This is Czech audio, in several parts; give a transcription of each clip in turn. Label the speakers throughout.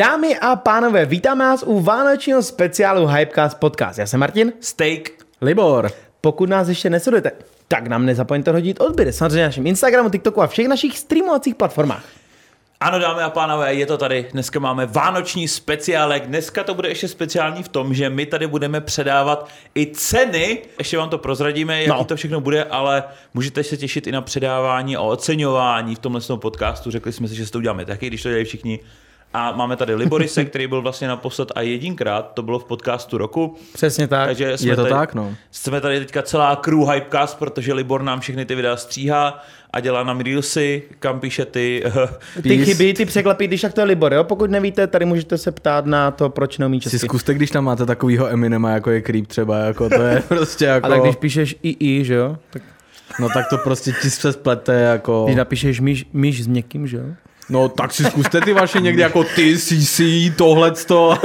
Speaker 1: Dámy a pánové, vítáme vás u vánočního speciálu Hypecast Podcast. Já jsem Martin.
Speaker 2: Steak.
Speaker 1: Libor. Pokud nás ještě nesledujete, tak nám nezapomeňte hodit odběr samozřejmě na našem Instagramu, TikToku a všech našich streamovacích platformách.
Speaker 2: Ano, dámy a pánové, je to tady. Dneska máme vánoční speciálek. Dneska to bude ještě speciální v tom, že my tady budeme předávat i ceny. Ještě vám to prozradíme, jak
Speaker 1: No.
Speaker 2: no. to všechno bude, ale můžete se těšit i na předávání a oceňování v tomhle tom podcastu. Řekli jsme si, že si to uděláme taky, když to dělají všichni. A máme tady Liborise, který byl vlastně naposled a jedinkrát, to bylo v podcastu roku.
Speaker 1: Přesně tak.
Speaker 2: Takže jsme
Speaker 3: Je to
Speaker 2: tady,
Speaker 3: tak, no.
Speaker 2: Jsme tady teďka celá crew Hypecast, protože Libor nám všechny ty videa stříhá a dělá nám reelsy, kam píše ty...
Speaker 1: Ty
Speaker 3: Peace.
Speaker 1: chyby, ty překlepy, když tak to je Libor, jo? Pokud nevíte, tady můžete se ptát na to, proč neumí
Speaker 3: Si
Speaker 1: česky.
Speaker 3: zkuste, když tam máte takovýho Eminema, jako je Creep třeba, jako to je prostě jako...
Speaker 1: Ale když píšeš i, i, že jo? Tak
Speaker 3: No tak to prostě ti se splete, jako...
Speaker 1: když napíšeš myš, myš s někým, že jo?
Speaker 3: No tak si zkuste ty vaše někdy jako ty, CC, tohleto,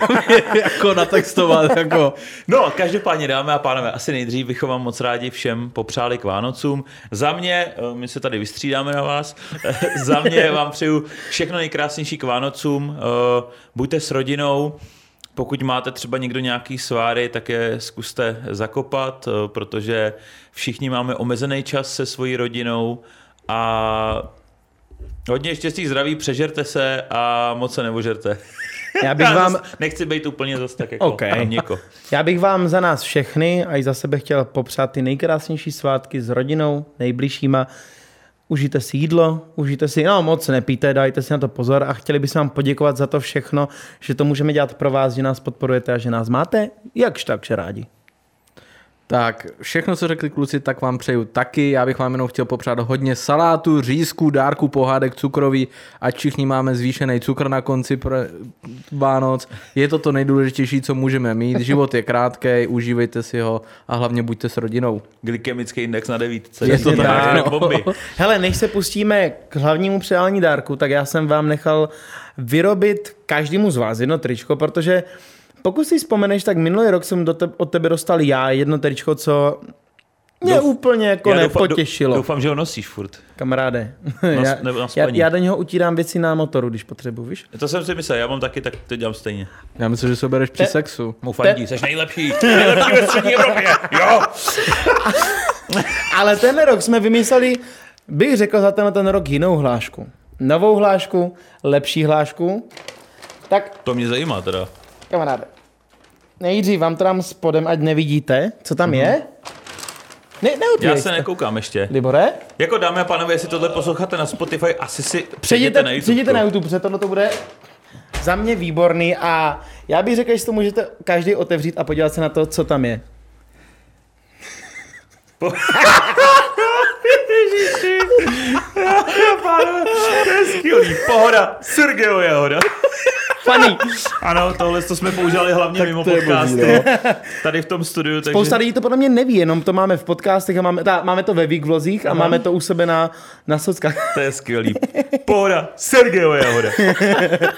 Speaker 3: jako natextovat, jako...
Speaker 2: No, každopádně, dámy a pánové, asi nejdřív bychom vám moc rádi všem popřáli k Vánocům. Za mě, eh, my se tady vystřídáme na vás, Eh, za mě vám přeju všechno nejkrásnější k Vánocům. Eh, Buďte s rodinou, pokud máte třeba někdo nějaký sváry, tak je zkuste zakopat, eh, protože všichni máme omezený čas se svojí rodinou a hodně štěstí, zdraví, přežerte se a moc se nevožerte.
Speaker 1: Já bych vám,
Speaker 2: Nechci být úplně zase tak jako
Speaker 1: OK.
Speaker 2: něko.
Speaker 1: Já bych vám za nás všechny a i za sebe chtěl popřát ty nejkrásnější svátky s rodinou, nejbližšíma. Užijte si jídlo, užijte si, no moc nepíte, dajte si na to pozor a chtěli bychom vám poděkovat za to všechno, že to můžeme dělat pro vás, že nás podporujete a že nás máte, jakž tak, že rádi.
Speaker 3: Tak, všechno, co řekli kluci, tak vám přeju taky. Já bych vám jenom chtěl popřát hodně salátu, řízku, dárku, pohádek, cukroví, ať všichni máme zvýšený cukr na konci pro Vánoc. Je to to nejdůležitější, co můžeme mít. Život je krátký, užívejte si ho a hlavně buďte s rodinou.
Speaker 2: glykemický index na devítce.
Speaker 3: Je to
Speaker 2: Přesně
Speaker 3: tak,
Speaker 2: jak
Speaker 3: no.
Speaker 1: Jako
Speaker 2: bomby.
Speaker 1: Hele, než se pustíme k hlavnímu předání dárku, tak já jsem vám nechal vyrobit každému z vás jedno tričko, protože pokud si vzpomeneš, tak minulý rok jsem do te- od tebe dostal já jedno tričko, co mě
Speaker 2: Douf-
Speaker 1: úplně jako
Speaker 2: Já doufám-
Speaker 1: nepotěšilo,
Speaker 2: dou- Doufám, že ho nosíš furt.
Speaker 1: kamaráde. já,
Speaker 2: nebo na
Speaker 1: já,
Speaker 2: spaní.
Speaker 1: já do něho utírám věci na motoru, když potřebuji, víš?
Speaker 2: To jsem si myslel, já mám taky, tak to dělám stejně.
Speaker 3: Já myslím, že se bereš při sexu.
Speaker 2: Mu fandí, jsi nejlepší, nejlepší ve střední Evropě, jo!
Speaker 1: Ale ten rok jsme vymysleli, bych řekl za tenhle ten rok jinou hlášku. Novou hlášku, lepší hlášku. Tak
Speaker 2: To mě zajímá teda.
Speaker 1: Kamaráde, nejdřív vám to dám spodem, ať nevidíte, co tam je. Ne,
Speaker 2: Já
Speaker 1: neutvírej
Speaker 2: se
Speaker 1: se.
Speaker 2: nekoukám ještě.
Speaker 1: Libore,
Speaker 2: Jako dámy a pánové, jestli tohle posloucháte na Spotify, asi si
Speaker 1: přejděte,
Speaker 2: přejděte na YouTube.
Speaker 1: přejděte na YouTube, protože tohle to bude za mě výborný a já bych řekl, že si to můžete každý otevřít a podívat se na to, co tam je.
Speaker 2: Skvělý, pohoda, Sergeo je hoda.
Speaker 1: Funny.
Speaker 2: Ano, tohle to jsme používali hlavně mimo podcasty. Tady v tom studiu, takže...
Speaker 1: Spousta lidí to podle mě neví, jenom to máme v podcastech a máme, ta, máme to ve Week vlozích a máme to u sebe na, na sockách.
Speaker 2: To je skvělý. Pohoda, Sergeo je hoda.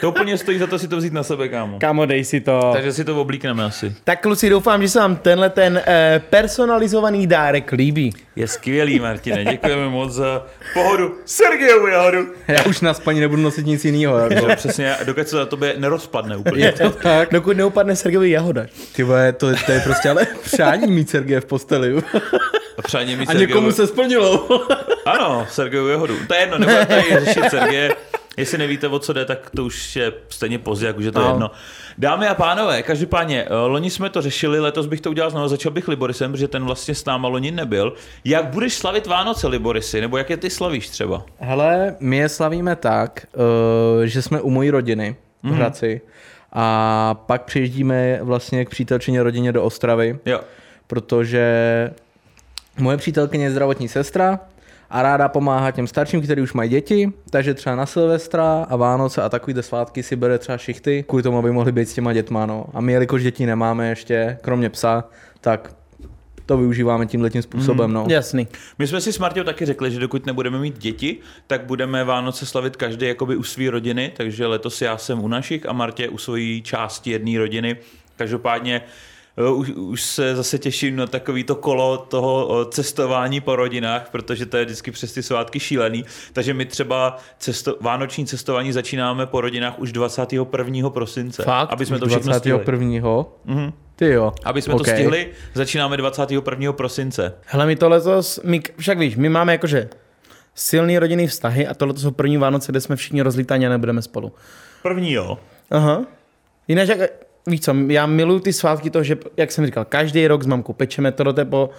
Speaker 2: To úplně stojí za to si to vzít na sebe, kámo.
Speaker 1: Kámo, dej si to.
Speaker 2: Takže si to oblíkneme asi.
Speaker 1: Tak kluci, doufám, že se vám tenhle ten eh, personalizovaný dárek líbí.
Speaker 2: Je skvělý, Martine, děkujeme moc za pohodu. Sergejovu jahodu.
Speaker 3: Já už na spaní nebudu nosit nic jiného. Jako.
Speaker 2: No, přesně, dokud se na tobě nerozpadne úplně.
Speaker 3: tak.
Speaker 1: Dokud neupadne Sergejovi jahoda.
Speaker 3: Ty vole, to, to je prostě ale přání mít Sergeje v posteli.
Speaker 2: A přáně mi
Speaker 3: A
Speaker 2: Sergejovu-
Speaker 3: někomu se splnilo.
Speaker 2: Ano, Sergejovu jahodu. To je jedno, nebudeme tady řešit Sergeje. Jestli nevíte, o co jde, tak to už je stejně pozdě, jak už je to
Speaker 3: No.
Speaker 2: jedno. Dámy a pánové, každopádně, eh, loni jsme to řešili, letos bych to udělal znovu, začal bych Liborisem, protože ten vlastně s náma loni nebyl. Jak budeš slavit Vánoce, Liborisy, nebo jak je ty slavíš třeba?
Speaker 3: Hele, my je slavíme tak, eh, že jsme u mojí rodiny v Hradci. A pak přijíždíme vlastně k přítelčině rodině do Ostravy,
Speaker 2: Jo.
Speaker 3: protože moje přítelkyně je zdravotní sestra a ráda pomáhá těm starším, kteří už mají děti, takže třeba na Silvestra a Vánoce a takovýhle svátky si bere třeba šichty, kvůli tomu, aby mohli být s těma dětma, no. A my, jelikož děti nemáme ještě, kromě psa, tak to využíváme tímhletím způsobem, no.
Speaker 1: Jasný.
Speaker 2: My jsme si s Martou taky řekli, že dokud nebudeme mít děti, tak budeme Vánoce slavit každý jakoby u své rodiny, takže letos já jsem u našich a Martě u svojí části jedné rodiny. Každopádně eh, už, už se zase těším na takový to kolo toho eh, cestování po rodinách, protože to je vždycky přes ty svátky šílený. Takže my třeba cesto, vánoční cestování začínáme po rodinách už 21. prosince.
Speaker 1: Fakt?
Speaker 2: Aby jsme
Speaker 3: Už
Speaker 2: to všechno stihli. Mhm.
Speaker 3: 21. Ty jo.
Speaker 2: Aby jsme okay.
Speaker 3: OK.
Speaker 2: to stihli, začínáme 21. prosince.
Speaker 1: Hele, my to letos, my, však víš, my máme jakože silný rodinný vztahy a tohle jsou první Vánoce, kde jsme všichni rozlítáni a nebudeme spolu.
Speaker 2: První jo.
Speaker 1: Aha. Jinak, jak, víš co, já miluju ty svátky toho, že, jak jsem říkal, každý rok s mamkou pečeme tohle tebo.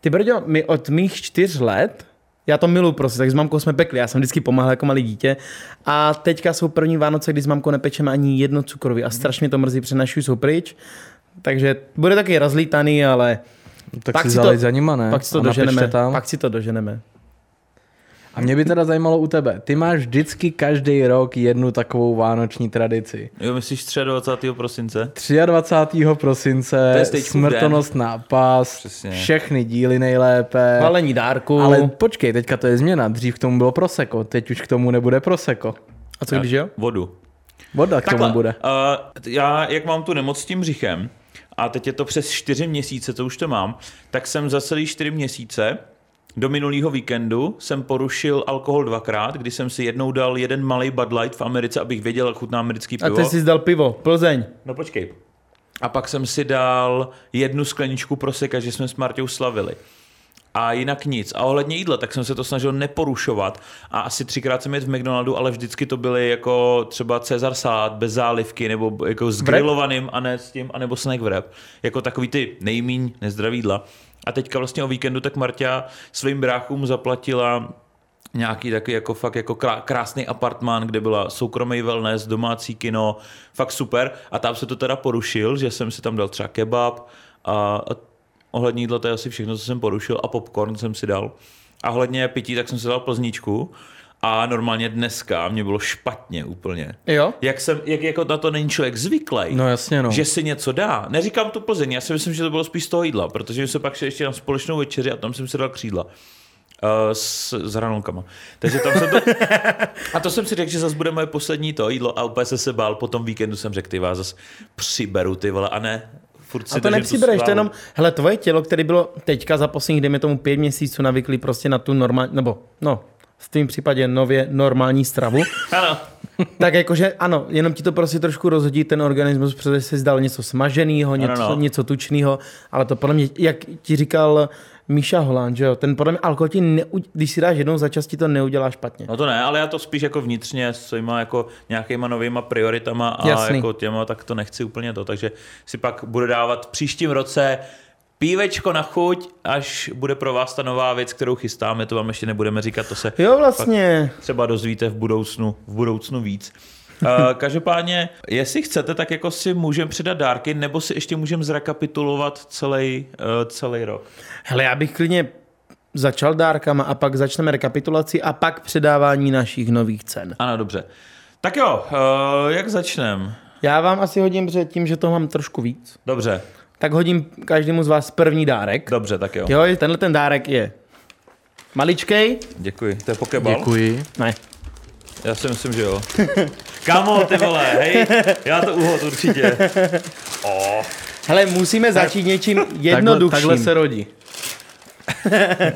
Speaker 1: Ty brďo, my od mých čtyř let, já to miluju prostě, tak s mamkou jsme pekli, já jsem vždycky pomáhal jako malý dítě. A teďka jsou první Vánoce, kdy s mamkou nepečeme ani jedno cukroví a strašně to mrzí, protože naši už jsou pryč. Takže bude taky rozlítaný, ale
Speaker 3: Tak
Speaker 1: Pak
Speaker 3: si
Speaker 1: si to-
Speaker 3: zalej za nima, ne?
Speaker 1: pak si to
Speaker 3: A napište
Speaker 1: doženeme.
Speaker 3: Tam.
Speaker 1: Pak si to doženeme.
Speaker 3: A mě by teda zajímalo u tebe, ty máš vždycky každý rok jednu takovou vánoční tradici.
Speaker 2: Jo, myslíš 23. prosince?
Speaker 3: 23.
Speaker 2: To
Speaker 3: prosince,
Speaker 2: je Stay Tuned
Speaker 3: smrtonost na pás,
Speaker 2: Přesně.
Speaker 3: všechny díly nejlépe.
Speaker 1: Valení dárku.
Speaker 3: Ale počkej, teďka to je změna. Dřív k tomu bylo proseko, teď už k tomu nebude proseko.
Speaker 1: A co když jo?
Speaker 2: Vodu.
Speaker 3: Voda k tomu bude.
Speaker 2: Uh, já, jak mám tu nemoc s tím břichem, a teď je to přes čtyři měsíce, to už to mám, tak jsem za celý čtyři měsíce do minulého víkendu jsem porušil alkohol dvakrát, kdy jsem si jednou dal jeden malý Bud Light v Americe, abych věděl, jak chutná americký
Speaker 1: A
Speaker 2: pivo.
Speaker 1: ty jsi zdal pivo, Plzeň.
Speaker 2: No počkej. A pak jsem si dal jednu skleničku proseka, že jsme s Martou slavili. A jinak nic. A ohledně jídla, tak jsem se to snažil neporušovat. A asi třikrát jsem jet v McDonaldu, ale vždycky to byly jako třeba Cezar salát bez zálivky, nebo jako s
Speaker 1: Wrap?
Speaker 2: grilovaným a ne s tím, anebo snack wrap. Jako takový ty nejmíň nezdravý jídla. A teďka vlastně o víkendu tak Marta svým bráchům zaplatila nějaký taky jako fakt jako krá- krásný apartmán, kde byla soukromý wellness, domácí kino, fakt super. A tam se to teda porušil, že jsem si tam dal třeba kebab a, a ohledně jídla to je asi všechno, co jsem porušil a popcorn jsem si dal. A ohledně pití, tak jsem si dal plzničku a normálně dneska mě bylo špatně úplně.
Speaker 1: Jo?
Speaker 2: Jak, jsem, jak jako na to není člověk zvyklý,
Speaker 3: No jasně, no.
Speaker 2: že si něco dá. Neříkám tu Plzeň, já si myslím, že to bylo spíš z toho jídla, protože my jsme pak šli ještě na společnou večeři a tam jsem si dal křídla. Uh, s, s hranolkama. Takže tam jsem to... A to jsem si řekl, že zase bude moje poslední to jídlo a úplně jsem se bál. Po tom víkendu jsem řekl, ty vás zase přiberu, ty vole, a ne, furt
Speaker 1: A
Speaker 2: si
Speaker 1: to
Speaker 2: držím tu
Speaker 1: nepřibereš, to
Speaker 2: slávu.
Speaker 1: jenom, hele, tvoje tělo, které bylo teďka za posledních, dejme tomu, pět měsíců navyklý prostě na tu normální, nebo no, v tvém případě nově normální stravu,
Speaker 2: Ano,
Speaker 1: tak jakože ano, jenom ti to prostě trošku rozhodí ten organismus, protože jsi zdal něco smaženého, něco,
Speaker 2: no.
Speaker 1: něco tučného, ale to podle mě, jak ti říkal Míša Holán, že jo, ten podle mě alkohol ti, neu, když si dáš jednou za čas, ti to neudělá špatně.
Speaker 2: no to ne, ale já to spíš jako vnitřně s svýma jako nějakýma novýma prioritama a
Speaker 1: Jasný.
Speaker 2: jako těma, tak to nechci úplně to. Takže si pak budu dávat v příštím roce pívečko na chuť, až bude pro vás ta nová věc, kterou chystáme, to vám ještě nebudeme říkat, to se
Speaker 1: Jo, vlastně.
Speaker 2: třeba dozvíte v budoucnu, v budoucnu víc. Eh, Každopádně, jestli chcete, tak jako si můžeme přidat dárky, nebo si ještě můžeme zrekapitulovat celý, celý rok.
Speaker 1: Hele, já bych klidně začal dárkama a pak začneme rekapitulaci a pak předávání našich nových cen.
Speaker 2: Ano, dobře. Tak jo, eh, jak začneme?
Speaker 1: Já vám asi hodím, protože tím, že toho mám trošku víc,
Speaker 2: Dobře,
Speaker 1: tak hodím každému z vás první dárek.
Speaker 2: dobře, tak jo.
Speaker 1: Jo, tenhle ten dárek je maličkej.
Speaker 2: Děkuji, to je pokebal?
Speaker 3: Děkuji.
Speaker 1: Ne.
Speaker 2: Já si myslím, že jo. Kamo, ty vole, hej, já to uhod určitě. Oh,
Speaker 1: Hele, musíme začít něčím
Speaker 3: Takhle,
Speaker 1: jednoduchším.
Speaker 3: takhle se rodí.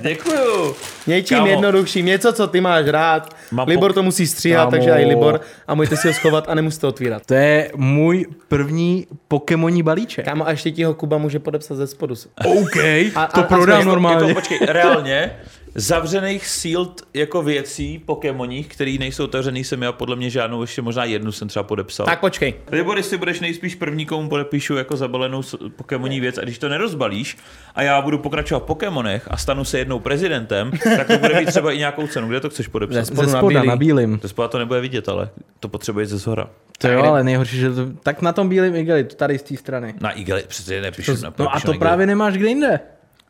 Speaker 2: děkuju.
Speaker 1: Něčím
Speaker 2: Kámo.
Speaker 1: jednoduchším, něco, co ty máš rád.
Speaker 2: Mám
Speaker 1: Libor
Speaker 2: pok-
Speaker 1: to musí stříhat,
Speaker 3: Kámo.
Speaker 1: takže i Libor. A můžete si ho schovat a nemusíte otvírat.
Speaker 3: To je můj první pokémoní balíček.
Speaker 1: Kámo, a ještě ti ho Kuba může podepsat ze spodu.
Speaker 3: OK,
Speaker 1: A-
Speaker 3: to
Speaker 1: a- a
Speaker 3: prodám
Speaker 1: jsme-
Speaker 3: normálně.
Speaker 2: Jako, počkej, reálně, zavřených sealed jako věcí Pokémoních, který nejsou otevřený, jsem já podle mě žádnou, ještě možná jednu jsem třeba podepsal.
Speaker 1: Tak počkej.
Speaker 2: Libor, jestli budeš nejspíš první, komu podepíšu jako zabalenou s- Pokémoní věc a když to nerozbalíš a já budu pokračovat v Pokémonech a stanu se jednou prezidentem, tak to bude mít třeba i nějakou cenu. Kde to chceš podepsat?
Speaker 1: Ze
Speaker 3: Ze
Speaker 1: na
Speaker 3: spoda
Speaker 1: bílý.
Speaker 3: na bílým.
Speaker 2: To spát to nebude vidět, ale to potřebuje ze zhora.
Speaker 3: To jo, ale nejhorší, že to... Tak na tom bílým igeli, to tady z té strany.
Speaker 2: Na igeli přece nepíšu. To,
Speaker 3: No a to právě nemáš kde jinde.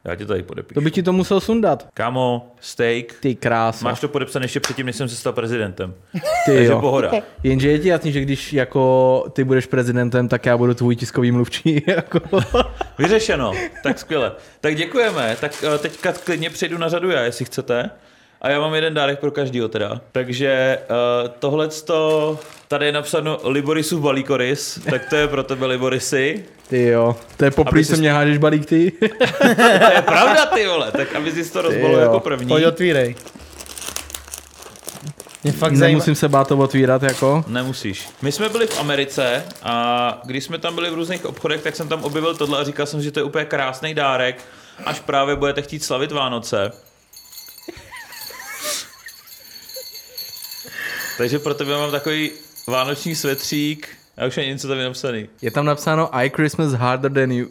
Speaker 2: Já ti tady
Speaker 3: To
Speaker 2: podepíšu.
Speaker 3: by ti to musel sundat.
Speaker 2: Kámo, steak.
Speaker 3: Ty krása.
Speaker 2: Máš to podepsané ještě předtím, než jsem se stal prezidentem.
Speaker 3: Ty
Speaker 2: Takže
Speaker 3: jo.
Speaker 2: pohoda.
Speaker 3: Jenže je ti jasný, že když jako ty budeš prezidentem, tak já budu tvůj tiskový mluvčí. Jako.
Speaker 2: Vyřešeno. Tak skvěle. Tak děkujeme. Tak eh, teďka klidně přejdu na řadu já, jestli chcete. A já mám jeden dárek pro každýho teda. Takže uh, tohle tady je napsáno Liborisův balíkoris, tak to je pro tebe Liborisy.
Speaker 3: Ty jo, to je poprý,
Speaker 2: Aby
Speaker 3: co
Speaker 2: si-
Speaker 3: mě hážeš balík ty.
Speaker 2: To je pravda, ty vole, tak aby jsi to rozbalil
Speaker 3: jo.
Speaker 2: jako první.
Speaker 1: Pojď otvírej. Mě fakt zajímá.
Speaker 3: Nemusím se bát to otvírat jako.
Speaker 2: Nemusíš. My jsme byli v Americe a když jsme tam byli v různých obchodech, tak jsem tam objevil tohle a říkal jsem, že to je úplně krásný dárek, až právě budete chtít slavit Vánoce. Takže pro tebe mám takový vánoční svetřík. Já už ani něco tam je napsaný.
Speaker 3: Je tam napsáno I Christmas harder than you.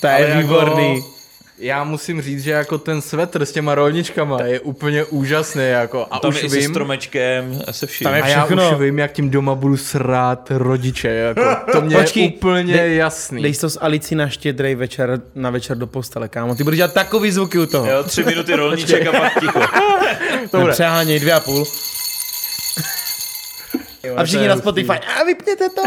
Speaker 1: To je výborný.
Speaker 3: Jako, já musím říct, že jako ten svetr s těma rolničkama je úplně úžasný jako a
Speaker 2: Tam je
Speaker 3: už
Speaker 2: i se
Speaker 3: vím,
Speaker 2: stromečkem a se vším.
Speaker 1: Tam je-
Speaker 3: a já
Speaker 1: všechno.
Speaker 3: už vím, jak tím doma budu srát rodiče, jako. to mě
Speaker 1: Počkej,
Speaker 3: je úplně
Speaker 1: dej-
Speaker 3: jasný.
Speaker 1: Dej si to s Alicí na štědrej večer, na večer do postele, kámo. Ty budeš dělat takový zvuky u toho.
Speaker 2: Jo, tři minuty rolníček a pak ticho.
Speaker 1: Dobre. Přeháněj dvě a půl. A všichni na Spotify, a vypněte to.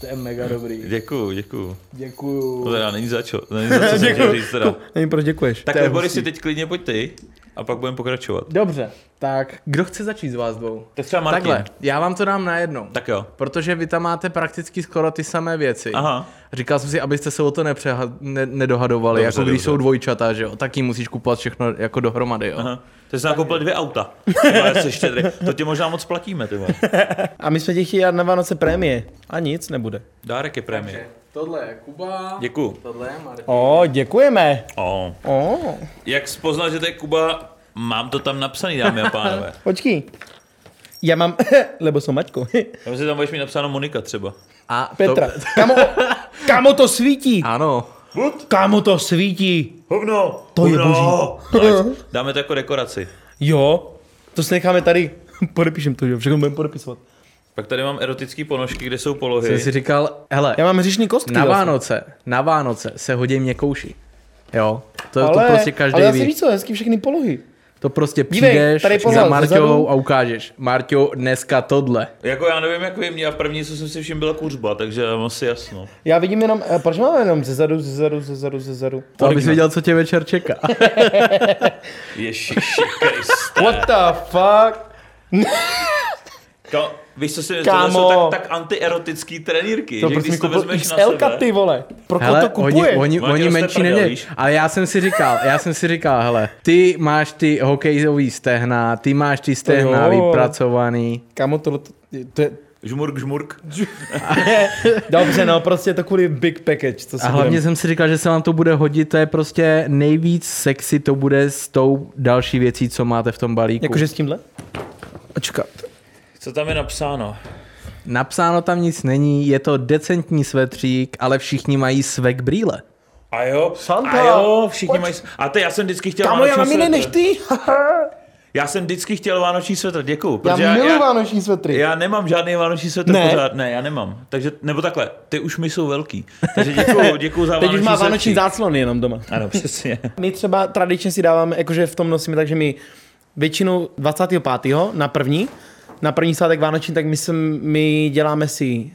Speaker 3: to je mega dobrý,
Speaker 2: Děkuju, děkuju. To
Speaker 3: děkuju.
Speaker 2: teda není za čo, není za co jsem chtěl říct teda.
Speaker 1: Nevím, proč děkuješ.
Speaker 2: Tak
Speaker 3: To je
Speaker 2: Boris, si
Speaker 3: hustý.
Speaker 2: teď klidně pojď ty a pak budeme pokračovat.
Speaker 3: Dobře, tak kdo chce začít z vás dvou?
Speaker 2: Tak třeba Martin.
Speaker 3: Takhle, já vám to dám najednou.
Speaker 2: Tak jo.
Speaker 3: Protože vy tam máte prakticky skoro ty samé věci.
Speaker 2: Aha.
Speaker 3: Říkal jsem si, abyste se o to nepřeha- ne- nedohadovali,
Speaker 2: Dobře,
Speaker 3: dobře, jako
Speaker 2: dobře.
Speaker 3: když dobře. jsou dvojčata, že jo, tak jim musíš kupovat všechno jako dohromady, jo. Aha.
Speaker 2: Aha. Ty jsi nám koupil dvě auta. Ty vole, jsi štědrý. to tě možná moc platíme, ty vole.
Speaker 1: A my jsme tě chtěli dát na Vánoce prémie. A nic nebude.
Speaker 2: Dárek je prémie.
Speaker 3: Tohle je Kuba,
Speaker 2: Děkuju.
Speaker 3: tohle je Martin.
Speaker 1: O, děkujeme.
Speaker 2: O.
Speaker 1: O,
Speaker 2: Jak jsi poznal, že to je Kuba, mám to tam napsaný, dámy a pánové.
Speaker 1: počkej. Já mám, lebo jsem Maťko.
Speaker 2: Já myslím, že tam budeš mít napsáno Monika třeba.
Speaker 3: A
Speaker 1: Petra.
Speaker 3: To...
Speaker 1: Kamo, kamo to svítí.
Speaker 3: Ano,
Speaker 1: Kamo to svítí.
Speaker 2: Hovno!
Speaker 1: To je boží.
Speaker 2: Dáme to jako dekoraci.
Speaker 1: Jo, to si necháme tady. Podepíšem to, jo, všechno budeme podepisovat.
Speaker 2: Pak tady mám erotické ponožky, kde jsou
Speaker 3: jsem
Speaker 2: polohy.
Speaker 3: si říkal, hele,
Speaker 1: Já mám vlastně. hřišný kostky.
Speaker 3: na
Speaker 1: zase.
Speaker 3: Vánoce, na Vánoce se hodí měkouši. Jo, to,
Speaker 1: ale,
Speaker 3: to prostě každý
Speaker 1: ale já
Speaker 3: ví.
Speaker 1: si víc, co, hezky všechny polohy.
Speaker 3: To prostě
Speaker 1: Dívej,
Speaker 3: přijdeš
Speaker 1: tady je pohled
Speaker 3: za Marťou
Speaker 1: zezadu.
Speaker 3: a ukážeš. Marťo, dneska tohle.
Speaker 2: Jako já nevím, jak vy mě, a první, co jsem si všiml, byla kuřba, takže já mám asi jasno.
Speaker 1: Já vidím jenom, eh, proč máme jenom zezadu, zezadu, zezadu, zezadu.
Speaker 3: To abys viděl, co tě večer čeká.
Speaker 1: Jako
Speaker 2: Ježiši Kriste.
Speaker 1: What the fuck?
Speaker 2: Ka- Víš, co si
Speaker 1: Kámo.
Speaker 2: Kámo. jsou tak, tak antierotický trenýrky,
Speaker 1: To prostě jako
Speaker 2: že
Speaker 1: proč mi
Speaker 2: když to
Speaker 1: koupil
Speaker 2: vezmeš na sebe.
Speaker 1: XL, ty vole. Pro koho to
Speaker 3: Hele, oni,
Speaker 1: kupuje?
Speaker 3: oni,
Speaker 2: Martě,
Speaker 3: oni
Speaker 2: jste
Speaker 3: menší
Speaker 2: prdel,
Speaker 3: neměli.
Speaker 2: víš?
Speaker 3: Ale já jsem si říkal, já jsem si říkal, hele, ty máš ty hokejový stehna, ty máš ty stehna
Speaker 1: To jo.
Speaker 3: vypracovaný.
Speaker 1: Kamo, tohle, to, to je...
Speaker 2: Žmurk, žmurk.
Speaker 1: Dobře, no, prostě je to kvůli big package, co
Speaker 3: A
Speaker 1: se
Speaker 3: hlavně
Speaker 1: budem.
Speaker 3: jsem si říkal, že se vám to bude hodit, to je prostě nejvíc sexy to bude s tou další věcí, co máte v tom balíku.
Speaker 1: Jakože jako, s tímhle? Očkat.
Speaker 2: Co tam je napsáno?
Speaker 3: Napsáno tam nic není, je to decentní svetřík, ale všichni mají svek brýle.
Speaker 2: A jo,
Speaker 1: Santa,
Speaker 2: a jo, všichni
Speaker 1: pojď.
Speaker 2: mají... A ty, já jsem vždycky chtěl
Speaker 1: Kamo,
Speaker 2: vánoční
Speaker 1: já mám jiný
Speaker 2: svetr.
Speaker 1: než ty.
Speaker 2: Já jsem vždycky chtěl vánoční svetr, děkuju.
Speaker 1: Já
Speaker 2: protože
Speaker 1: miluji vánoční svetry.
Speaker 2: já nemám žádný vánoční svetr
Speaker 1: Ne.
Speaker 2: ne. pořád, ne, já nemám. Takže, nebo takhle, ty už mi jsou velký. Takže děkuju, děkuju za
Speaker 1: Teď už má vánoční
Speaker 2: svetřík.
Speaker 1: záclon jenom doma.
Speaker 2: Ano, přesně.
Speaker 1: My třeba tradičně si dáváme, jakože v tom nosíme, takže my většinu 25. na první, na první svátek Vánoční, tak my, sem, my děláme si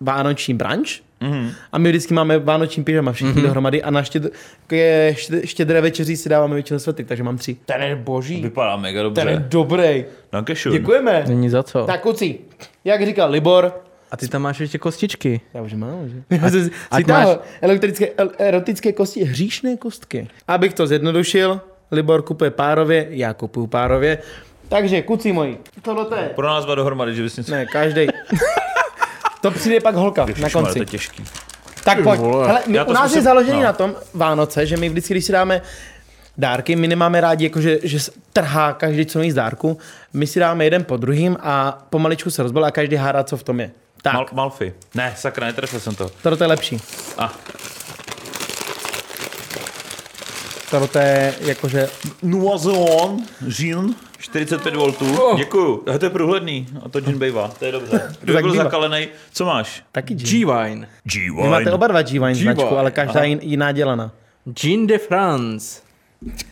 Speaker 1: Vánoční branč mm-hmm. a my vždycky máme Vánoční pyžama všichni mm-hmm. dohromady a na štěd, je štěd- štědré večeří si dáváme většinou svetry, takže mám tři. Ten je boží.
Speaker 2: Vypadá mega
Speaker 1: Ten je
Speaker 2: dobře.
Speaker 1: dobrý.
Speaker 2: Dankeschön.
Speaker 1: Děkujeme.
Speaker 3: Není za co.
Speaker 1: Tak kuci, jak říkal Libor,
Speaker 3: A ty tam máš ještě kostičky.
Speaker 1: já už mám, že? Já jsem si
Speaker 3: ať
Speaker 1: táhl
Speaker 3: máš-
Speaker 1: elektrické, el- erotické kosti, hříšné kostky. Abych to zjednodušil, Libor kupuje párově, já kupuju párově. Takže, kuci moji, tohle to je.
Speaker 2: Pro nás dva dohromady, že bys něco...
Speaker 1: Ne, každý. to přijde pak holka na
Speaker 2: Ježišmarja,
Speaker 1: konci.
Speaker 2: to je těžký.
Speaker 1: Tak pojď.
Speaker 3: vole.
Speaker 1: Hele, my,
Speaker 2: Já to
Speaker 1: u nás
Speaker 2: zkusím-
Speaker 1: je založený
Speaker 2: no.
Speaker 1: na tom Vánoce, že my vždycky, když si dáme dárky, my nemáme rádi, jako že, že s- trhá každý co nejvíc z dárku. My si dáme jeden po druhým a pomaličku se rozbil a každý hádá, co v tom je. Tak,
Speaker 2: Mal- Malfi. Ne, sakra, netrefil jsem to.
Speaker 1: tohle to je lepší.
Speaker 2: Ah,
Speaker 1: Tohle to je jakože
Speaker 2: Nuazeon Gin 45 V. Děkuju. A to je průhledný. A to gin bejvá. To je dobře. Kdo
Speaker 1: Oh.
Speaker 2: by
Speaker 1: Tak
Speaker 2: byl
Speaker 1: bývá.
Speaker 2: zakalený? Co máš?
Speaker 1: taky G.
Speaker 3: G-Wine.
Speaker 2: g
Speaker 1: Vy máte oba dva G-Wine
Speaker 3: G-Wine,
Speaker 1: značku, ale každá jin, jiná dělaná.
Speaker 3: Jean de France.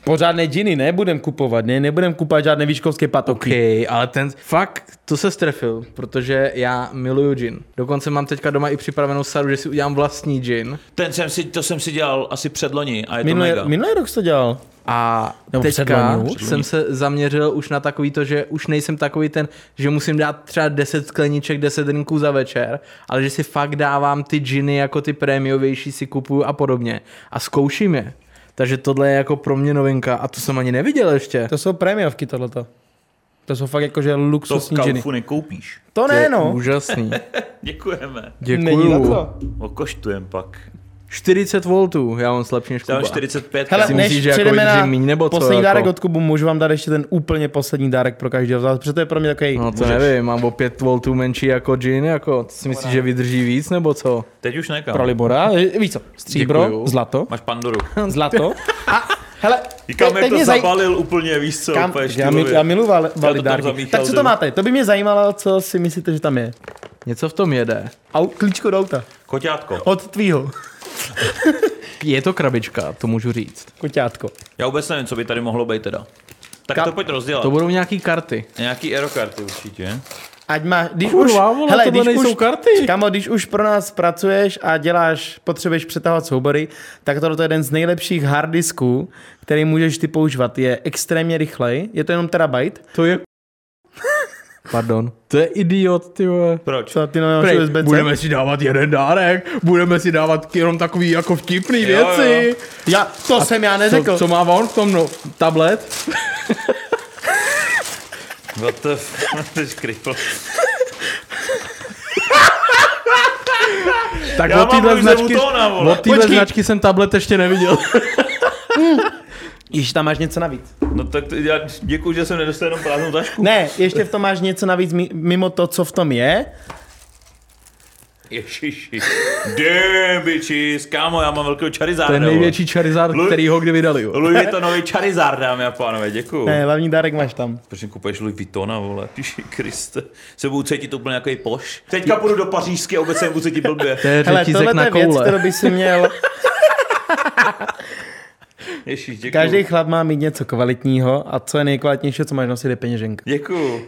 Speaker 1: Pořádné džiny nebudem kupovat, ne? Nebudem kupovat žádné výškovské patoky.
Speaker 3: OK, ale ten fakt, to se strefil, protože já miluju gin. Dokonce mám teďka doma i připravenou sadu, že si udělám vlastní gin.
Speaker 2: Ten jsem si, to jsem si dělal asi předloni a je
Speaker 1: Minulý,
Speaker 2: to mega.
Speaker 1: minulý rok jsi to dělal.
Speaker 3: A
Speaker 1: Nebo
Speaker 3: teďka
Speaker 1: předloni už?
Speaker 3: jsem se zaměřil už na takový to, že už nejsem takový ten, že musím dát třeba 10 skleniček, 10 drinků za večer, ale že si fakt dávám ty džiny jako ty prémiovější si kupuju a podobně. A zkouším je. Takže tohle je jako pro mě novinka a to jsem ani neviděl ještě.
Speaker 1: To jsou prémiovky tohleto. To jsou fakt jakože
Speaker 2: To v
Speaker 1: luxusní džiny.
Speaker 2: Kaufu nekoupíš.
Speaker 1: To ne,
Speaker 3: To je
Speaker 1: no.
Speaker 3: úžasný.
Speaker 2: Děkujeme.
Speaker 3: jako-
Speaker 1: Není na
Speaker 3: Děkuju.
Speaker 1: co.
Speaker 2: Okoštujem pak.
Speaker 3: 40 voltů, já mám slabší než
Speaker 2: Tam
Speaker 3: Kuba.
Speaker 2: 45.
Speaker 1: Hele,
Speaker 3: si
Speaker 1: než
Speaker 3: myslíš, že jako
Speaker 1: přejdeme na
Speaker 3: že míň, nebo co,
Speaker 1: poslední
Speaker 3: jako?
Speaker 1: dárek od Kubu, můžu vám dát ještě ten úplně poslední dárek pro každého z vás, protože to je pro mě takový...
Speaker 3: No to Můžeš. nevím, mám o 5 voltů menší jako gin, jako to si myslíš, že vydrží víc nebo co?
Speaker 2: Teď už nekam.
Speaker 1: pro Libora, víš co, stříbro,
Speaker 3: Děkuju.
Speaker 1: zlato,
Speaker 2: Máš pandoru.
Speaker 1: zlato. A hele,
Speaker 2: Říkám, jak
Speaker 1: teď
Speaker 2: to
Speaker 1: mě zaj-
Speaker 2: zabalil úplně, víš co,
Speaker 1: Kam,
Speaker 2: úplně
Speaker 1: já, mi,
Speaker 2: štýlově.
Speaker 1: já miluji val, validárky.
Speaker 2: zamíchal
Speaker 1: Tak co to
Speaker 2: dolů.
Speaker 1: máte? To by mě zajímalo, co si myslíte, že tam je.
Speaker 3: Něco v tom jede.
Speaker 1: Au, klíčko do auta.
Speaker 2: Koťátko.
Speaker 1: Od tvýho.
Speaker 3: Je to krabička, to můžu říct.
Speaker 1: Koťátko.
Speaker 2: Já vůbec nevím, co by tady mohlo být teda. Tak
Speaker 1: Ka-
Speaker 2: to pojď rozdělat.
Speaker 3: To budou nějaký karty.
Speaker 2: Nějaký aerokarty určitě.
Speaker 1: Ať má, když
Speaker 3: Kurva,
Speaker 1: už,
Speaker 3: vole, tohle nejsou karty.
Speaker 1: Kamo, když už pro nás pracuješ a děláš, potřebuješ přetahovat soubory, tak tohle je jeden z nejlepších harddisků, který můžeš ty používat. Je extrémně rychlej, je to jenom terabyte.
Speaker 3: To je... Pardon. To je idiot, ty vole.
Speaker 2: Proč?
Speaker 1: Co ty nového
Speaker 3: Prej,
Speaker 1: USB-C?
Speaker 3: budeme si dávat jeden dárek, budeme si dávat jenom takový jako vtipný
Speaker 2: Jo,
Speaker 3: věci.
Speaker 1: Já, to jsem já neřekl.
Speaker 3: Co, co má on v tom, no, tablet?
Speaker 2: What the f... Ty škripl.
Speaker 3: Tak
Speaker 2: Já
Speaker 3: od
Speaker 2: mám
Speaker 3: téhle
Speaker 2: Louise
Speaker 3: značky,
Speaker 2: Vuittona, vole.
Speaker 3: od téhle
Speaker 1: Počkej.
Speaker 3: značky jsem tablet ještě neviděl.
Speaker 1: Již tam máš něco navíc.
Speaker 2: No tak to, já děkuji, že jsem nedostal jenom prázdnou tašku.
Speaker 1: Ne, ještě v tom máš něco navíc mi- mimo to, co v tom je.
Speaker 2: Ježiši. Damn, bitches. Kámo, já mám velkého Charizarda.
Speaker 3: To je
Speaker 2: vole.
Speaker 3: největší Charizard,
Speaker 2: Lu-
Speaker 3: který ho kdy vydali. jo.
Speaker 2: Louis Vuittonový Charizard, dámy a pánové, děkuji.
Speaker 1: Ne, hlavní dárek máš tam.
Speaker 2: Proč mi kupuješ Louis Vuittona, vole, píši Kriste. Se budu cítit úplně jako poš. Teďka půjdu do Pařížské a vůbec se nebudu cítit blbě.
Speaker 3: To je
Speaker 1: Hele,
Speaker 3: řetízek
Speaker 1: tohle
Speaker 3: na
Speaker 1: je věc, kterou
Speaker 3: koule.
Speaker 1: by si měl...
Speaker 2: Ježíš, děkuji.
Speaker 1: Každý chlap má mít něco kvalitního a co je nejkvalitnější, co máš nosit, je peněženka.
Speaker 2: Děkuju.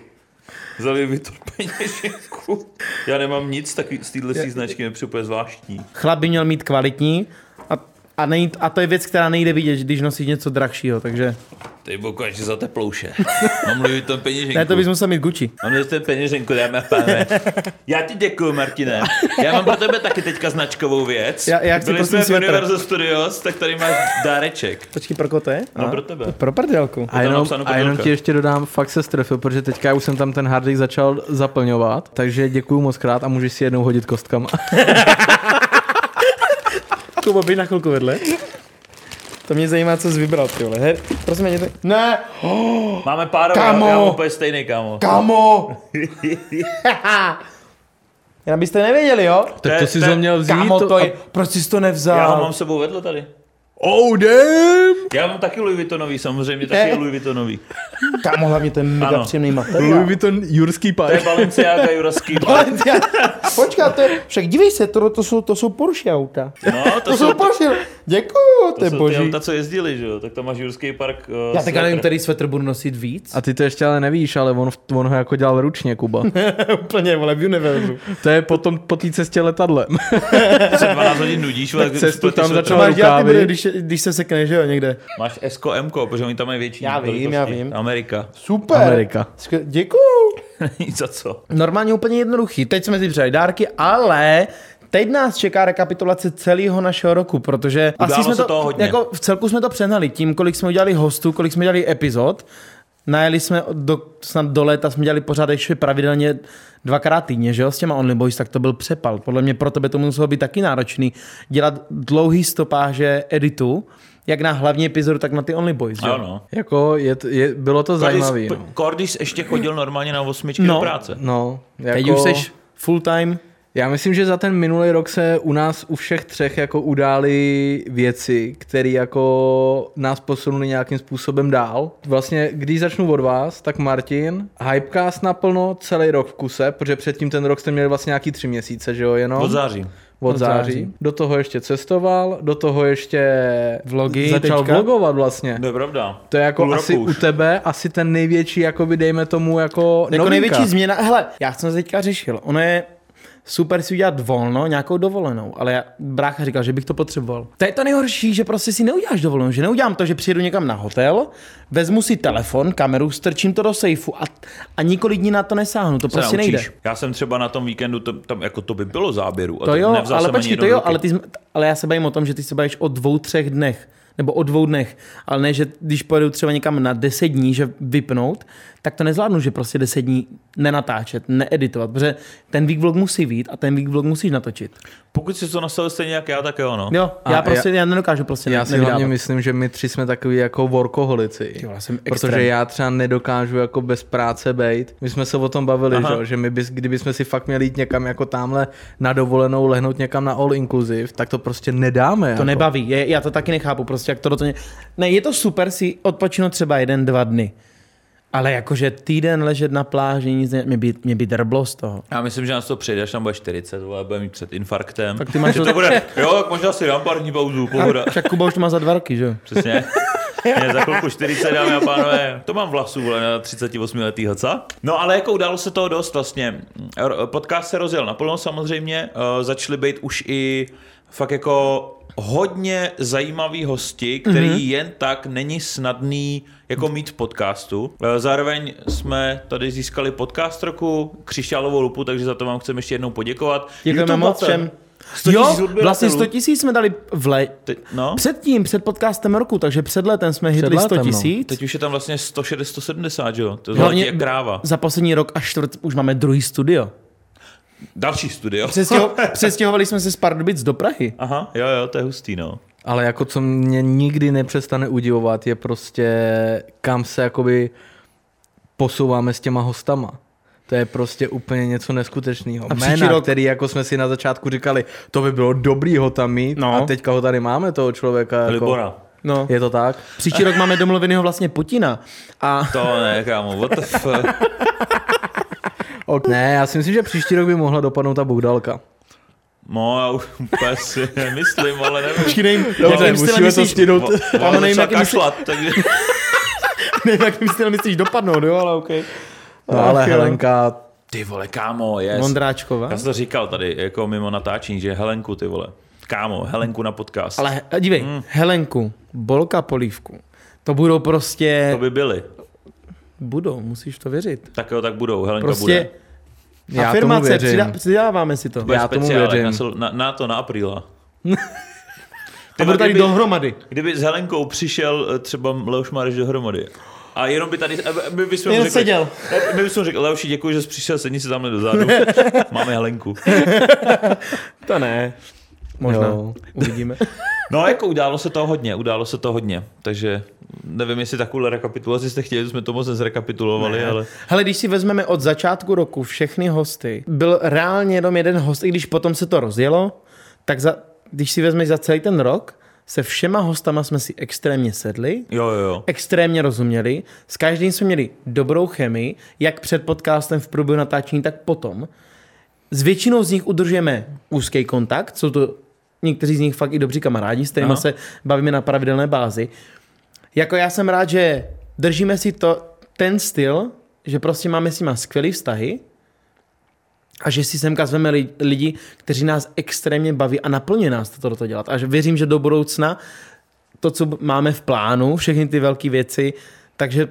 Speaker 2: Za Louis Vuitton peněženku. Já nemám nic takový z téhle sí značky, mi přijde úplně zvláštní.
Speaker 1: Chlap by měl mít kvalitní a, a, nej, a to je věc, která nejde vidět, když nosíš něco drahšího, takže...
Speaker 2: Ty boku, že za teplouše. Mám Louis Vuitton peněženku.
Speaker 1: Ne, to bys musel mít Gucci.
Speaker 2: Mám Louis Vuitton peněženku, dáme a pánové. Já ti děkuju, Martine. Já mám pro tebe taky teďka značkovou věc.
Speaker 1: Já- já chci
Speaker 2: Byli
Speaker 1: prosím
Speaker 2: jsme v
Speaker 1: svetr.
Speaker 2: Universal Studios, tak tady máš dáreček.
Speaker 1: Počkej, pro koho to je?
Speaker 2: No
Speaker 1: A?
Speaker 2: pro tebe.
Speaker 1: Pro prdelku.
Speaker 3: A
Speaker 2: tam
Speaker 3: jenom,
Speaker 2: napsáno
Speaker 3: a jenom
Speaker 2: Petrolka.
Speaker 3: ti ještě dodám, fakt se strefil, protože teďka už jsem tam ten harddisk začal zaplňovat, takže děkuju moc krát a můžeš si jednou hodit kostkama.
Speaker 1: Kubo, běž na chvilku vedle. To mě zajímá, co jsi vybral, ty vole. Her, prosím, mě to... Ne!
Speaker 2: Máme pár,
Speaker 1: Kamo!
Speaker 2: já, já mám úplně stejný, kámo.
Speaker 1: Kamo! Jenom byste nevěděli, jo?
Speaker 3: tak to
Speaker 2: je-
Speaker 3: si
Speaker 2: to
Speaker 3: ze
Speaker 2: je-
Speaker 3: mě vzít.
Speaker 1: Kamo, to
Speaker 3: a-
Speaker 1: je... Proč jsi to nevzal?
Speaker 2: Já ho mám s sebou vedle tady.
Speaker 3: Oh damn!
Speaker 2: Já mám taky Louis Vuittonový, samozřejmě, taky
Speaker 1: Ne.
Speaker 2: Louis Vuittonový.
Speaker 1: Kamo, hlavně to je mega
Speaker 2: Ano.
Speaker 1: příjemný materiál.
Speaker 3: Louis Vuitton jurský
Speaker 2: To je
Speaker 3: pár.
Speaker 2: Balenciaga, Juraský.
Speaker 1: Balenciaga. Počkej, to je, však dívej se, to, to, jsou, to jsou Porsche auta.
Speaker 2: No,
Speaker 1: To, jsou Porsche. Děkuju, to,
Speaker 2: to
Speaker 1: je
Speaker 2: jsou ty
Speaker 1: boží.
Speaker 2: auta, co jezdili, že jo? Tak tam máš Jurský park. Uh,
Speaker 1: Já teďka
Speaker 2: svetr.
Speaker 1: nevím, který svetr budu nosit víc.
Speaker 3: A ty to ještě ale nevíš, ale on, on ho jako dělal ručně, Kuba.
Speaker 1: úplně, vole, v univerzu.
Speaker 3: To je potom po té cestě letadlem.
Speaker 2: Se 12 hodin nudíš, ale
Speaker 3: Tak cestu
Speaker 2: když pletíš
Speaker 3: tam
Speaker 1: To
Speaker 3: začal-
Speaker 2: letadlo.
Speaker 1: máš dělat ty
Speaker 3: rukávy.
Speaker 1: bude, když, když se sekneš, že jo, někde.
Speaker 2: Máš SKO MKO, protože oni tam mají větší.
Speaker 1: Já vím,
Speaker 2: velikosti.
Speaker 1: já vím.
Speaker 2: Amerika.
Speaker 1: Super.
Speaker 3: Amerika.
Speaker 1: Skv- Děkuju.
Speaker 2: Není za co.
Speaker 1: Normálně úplně jednoduchý. Teď jsme si přijali dárky, ale teď nás čeká rekapitulace celého našeho roku, protože
Speaker 2: Událo
Speaker 1: jsme
Speaker 2: se toho hodně.
Speaker 1: jako v celku jsme to přehnali tím, kolik jsme udělali hostů, kolik jsme udělali epizod. Najeli jsme do, snad do léta, jsme dělali pořád ještě pravidelně dvakrát týdně, že jo, s těma Only Boys, tak to byl přepal. Podle mě pro tebe to muselo být taky náročný dělat dlouhý stopáže editu, jak na hlavní epizodu, tak na ty Only Boys, že jo?
Speaker 2: Ano.
Speaker 3: Jako je, t- je, bylo to zajímavé. No.
Speaker 2: Kordis ještě chodil normálně na osmičky
Speaker 1: No.
Speaker 2: do práce.
Speaker 3: no jako,
Speaker 1: Teď už jsi full time
Speaker 3: Já myslím, že za ten minulý rok se u nás u všech třech jako udály věci, které jako nás posunuly nějakým způsobem dál. Vlastně, když začnu od vás, tak Martin, Hypecast naplno celý rok v kuse, protože předtím ten rok jste měli vlastně nějaký tři měsíce, že jo, jenom.
Speaker 2: Od září.
Speaker 3: Od,
Speaker 1: Od
Speaker 3: září.
Speaker 1: září.
Speaker 3: Do toho ještě cestoval, do toho ještě
Speaker 1: Vlogy
Speaker 3: začal
Speaker 1: teďka.
Speaker 3: vlogovat vlastně.
Speaker 2: To je pravda.
Speaker 3: To je jako
Speaker 2: No, Půl
Speaker 3: asi
Speaker 2: roku
Speaker 3: u
Speaker 2: už.
Speaker 3: tebe, asi ten největší, jakoby dejme tomu jako,
Speaker 1: Jako
Speaker 3: novinka.
Speaker 1: největší změna, hele, já jsem to teďka řešil, ono je super si udělat volno, nějakou dovolenou, ale já, brácha říkal, že bych to potřeboval. To je to nejhorší, že prostě si neuděláš dovolenou, že neudělám to, že přijedu někam na hotel, vezmu si telefon, kameru, strčím to do sejfu a, a několik dní na to nesáhnu, to
Speaker 2: Se
Speaker 1: prostě
Speaker 2: naučíš.
Speaker 1: nejde.
Speaker 2: Já jsem třeba na tom víkendu, to, tam, jako to by bylo záběru. A
Speaker 1: To jo,
Speaker 2: nevzal
Speaker 1: ale
Speaker 2: jsem ani
Speaker 1: počkej,
Speaker 2: jednou
Speaker 1: to
Speaker 2: do
Speaker 1: jo,
Speaker 2: ruky.
Speaker 1: ale, ty, jsi- ale já se bavím o tom, že ty se bavíš o dvou, třech dnech, nebo o dvou dnech, ale ne, že když pojedu třeba někam na deset dní, že vypnout, tak to nezvládnu, že prostě deset dní nenatáčet, needitovat, protože ten week vlog musí vít a ten week vlog musíš natočit.
Speaker 2: Pokud si to nastavil stejně jak já, tak jo, no.
Speaker 1: Jo,
Speaker 3: A
Speaker 1: já
Speaker 3: já-
Speaker 1: prostě, já, nedokážu prostě
Speaker 3: Já
Speaker 1: ne-
Speaker 3: si
Speaker 1: nevydávat.
Speaker 3: hlavně myslím, že my tři jsme takový jako workoholici.
Speaker 1: Ty vole, já jsem extrém.
Speaker 3: protože já třeba nedokážu jako bez práce bejt. My jsme se o tom bavili, že,
Speaker 2: Aha.
Speaker 3: jo, že my bys, kdyby jsme si fakt měli jít někam jako tamhle na dovolenou, lehnout někam na all inclusive, tak to prostě nedáme.
Speaker 1: To
Speaker 3: jako.
Speaker 1: nebaví, je, já to taky nechápu, prostě jak to do toho... ně- Ne, je to super si odpočinout třeba jeden, dva dny, ale jakože týden ležet na pláži, nic ne, mě by, mě by drblo z toho.
Speaker 2: Já myslím, že nás to přijde, až tam bude 40, vole, bude mít před infarktem.
Speaker 1: Tak ty máš
Speaker 2: že to
Speaker 1: to-
Speaker 2: bude, jo, tak možná si dám pár dní pauzu, pohoda.
Speaker 1: Však Kuba už to má za dva roky, že jo?
Speaker 2: Přesně. Mě za chvilku 40, dámy a pánové. To mám vlasů, vole, na 38 letýho, co? No ale jako událo se toho dost vlastně. R- Podcast se rozjel naplno samozřejmě, eh, začaly být už i fakt jako hodně zajímavý hosti, který
Speaker 1: Mhm.
Speaker 2: mm-hmm. jen tak není snadný jako mít v podcastu. Eh, Zároveň jsme tady získali podcast roku, křišťálovou lupu, takže za to vám chceme ještě jednou poděkovat.
Speaker 1: Děkujeme
Speaker 2: YouTube
Speaker 1: moc
Speaker 2: Laser,
Speaker 1: všem.
Speaker 2: 100 000
Speaker 1: Jo,
Speaker 2: odběratelů.
Speaker 1: vlastně 100 tisíc jsme dali v le...
Speaker 2: Ty- No,
Speaker 1: Předtím, před podcastem roku, takže před letem jsme hitli 100
Speaker 3: letem, no.
Speaker 1: tisíc.
Speaker 2: teď už je tam vlastně 160, 170, že jo? To
Speaker 1: Hlavně-
Speaker 2: je jak kráva.
Speaker 1: Za poslední rok a čtvrt už máme druhý studio.
Speaker 2: Další studio.
Speaker 1: Přestěho... Přestěhovali jsme se z Pardubic do Prahy.
Speaker 2: Aha, jo, jo, to je hustý, no.
Speaker 3: Ale jako co mě nikdy nepřestane udivovat, je prostě kam se jakoby posouváme s těma hostama. To je prostě úplně něco neskutečného.
Speaker 1: A příští
Speaker 3: Jména, rok...
Speaker 1: rok-
Speaker 3: který jako jsme si na začátku říkali, to by bylo dobrý ho tam mít no.
Speaker 1: No.
Speaker 3: a teďka ho tady máme, toho člověka. Jako...
Speaker 2: Libora.
Speaker 1: No.
Speaker 3: Je to tak?
Speaker 1: Příští rok máme domluvenýho vlastně Putina. A
Speaker 2: To ne, kámo, what the fuck.
Speaker 3: O... Ne, já si myslím, že příští rok by mohla dopadnout ta Bohdalka.
Speaker 2: No, já už úplně si nemyslím, ale nevím.
Speaker 1: Počkej, nevím, jakým stylem myslíš,
Speaker 3: stihnout.
Speaker 1: Kámo, nevím,
Speaker 2: Ono nevím, jak
Speaker 1: jakým myslíš,
Speaker 2: kašlat, takže...
Speaker 1: nevím, jakým stylem myslíš dopadnout, jo, ale OK.
Speaker 3: No ale
Speaker 1: Ach, jo.
Speaker 3: Helenka,
Speaker 2: Ty vole, kámo, yes.
Speaker 1: Vondráčková.
Speaker 2: Já jsem to říkal tady, jako mimo natáčení, že Helenku, ty vole. Kámo, Helenku na podcast.
Speaker 1: Ale he- dívej,
Speaker 2: Hmm.
Speaker 1: Helenku, Bolka Polívku, to budou prostě...
Speaker 2: To by byly.
Speaker 1: Budou, musíš to věřit.
Speaker 2: Tak jo, tak budou, Helenka
Speaker 1: Prostě
Speaker 2: bude.
Speaker 3: já tomu
Speaker 1: afirmace,
Speaker 3: věřím.
Speaker 1: přidá, přidáváme si to.
Speaker 2: Bude
Speaker 3: já tomu
Speaker 2: speciálek
Speaker 3: věřím.
Speaker 2: Na, sil- na, na, to, na apríla.
Speaker 1: A budu tady
Speaker 2: kdyby-
Speaker 1: dohromady.
Speaker 2: Kdyby s Helenkou přišel eh, třeba Leoš Mareš dohromady a jenom by tady, eh, my bychom mu
Speaker 1: Jen
Speaker 2: řekli,
Speaker 1: seděl.
Speaker 2: eh, My bychom řekli, Leoši, děkuji, že jsi přišel, sedni si tamhle dozadu. Máme Helenku.
Speaker 1: To ne. Možná.
Speaker 3: Jo.
Speaker 1: Jo. Uvidíme.
Speaker 2: No jako událo se to hodně, událo se to hodně. Takže nevím, jestli takovou rekapitulaci jste chtěli, jsme to moc nezrekapitulovali, ale...
Speaker 1: Hele, když si vezmeme od začátku roku všechny hosty, byl reálně jenom jeden host, i když potom se to rozjelo, tak za, když si vezmeš za celý ten rok, se všema hostama jsme si extrémně sedli,
Speaker 2: Jo, jo, jo.
Speaker 1: extrémně rozuměli, s každým jsme měli dobrou chemii, jak před podcastem v průběhu natáčení, tak potom. S většinou z nich udržujeme úzký kontakt, jsou to někteří z nich fakt i dobří kamarádi, s kterými
Speaker 2: Aha.
Speaker 1: se bavíme na pravidelné bázi. Jako já jsem rád, že držíme si to, ten styl, že prostě máme s nima skvělý vztahy a že si semka zveme li- lidi, kteří nás extrémně baví a naplně nás toto to dělat. A že věřím, že do budoucna to, co b- máme v plánu, všechny ty velké věci, takže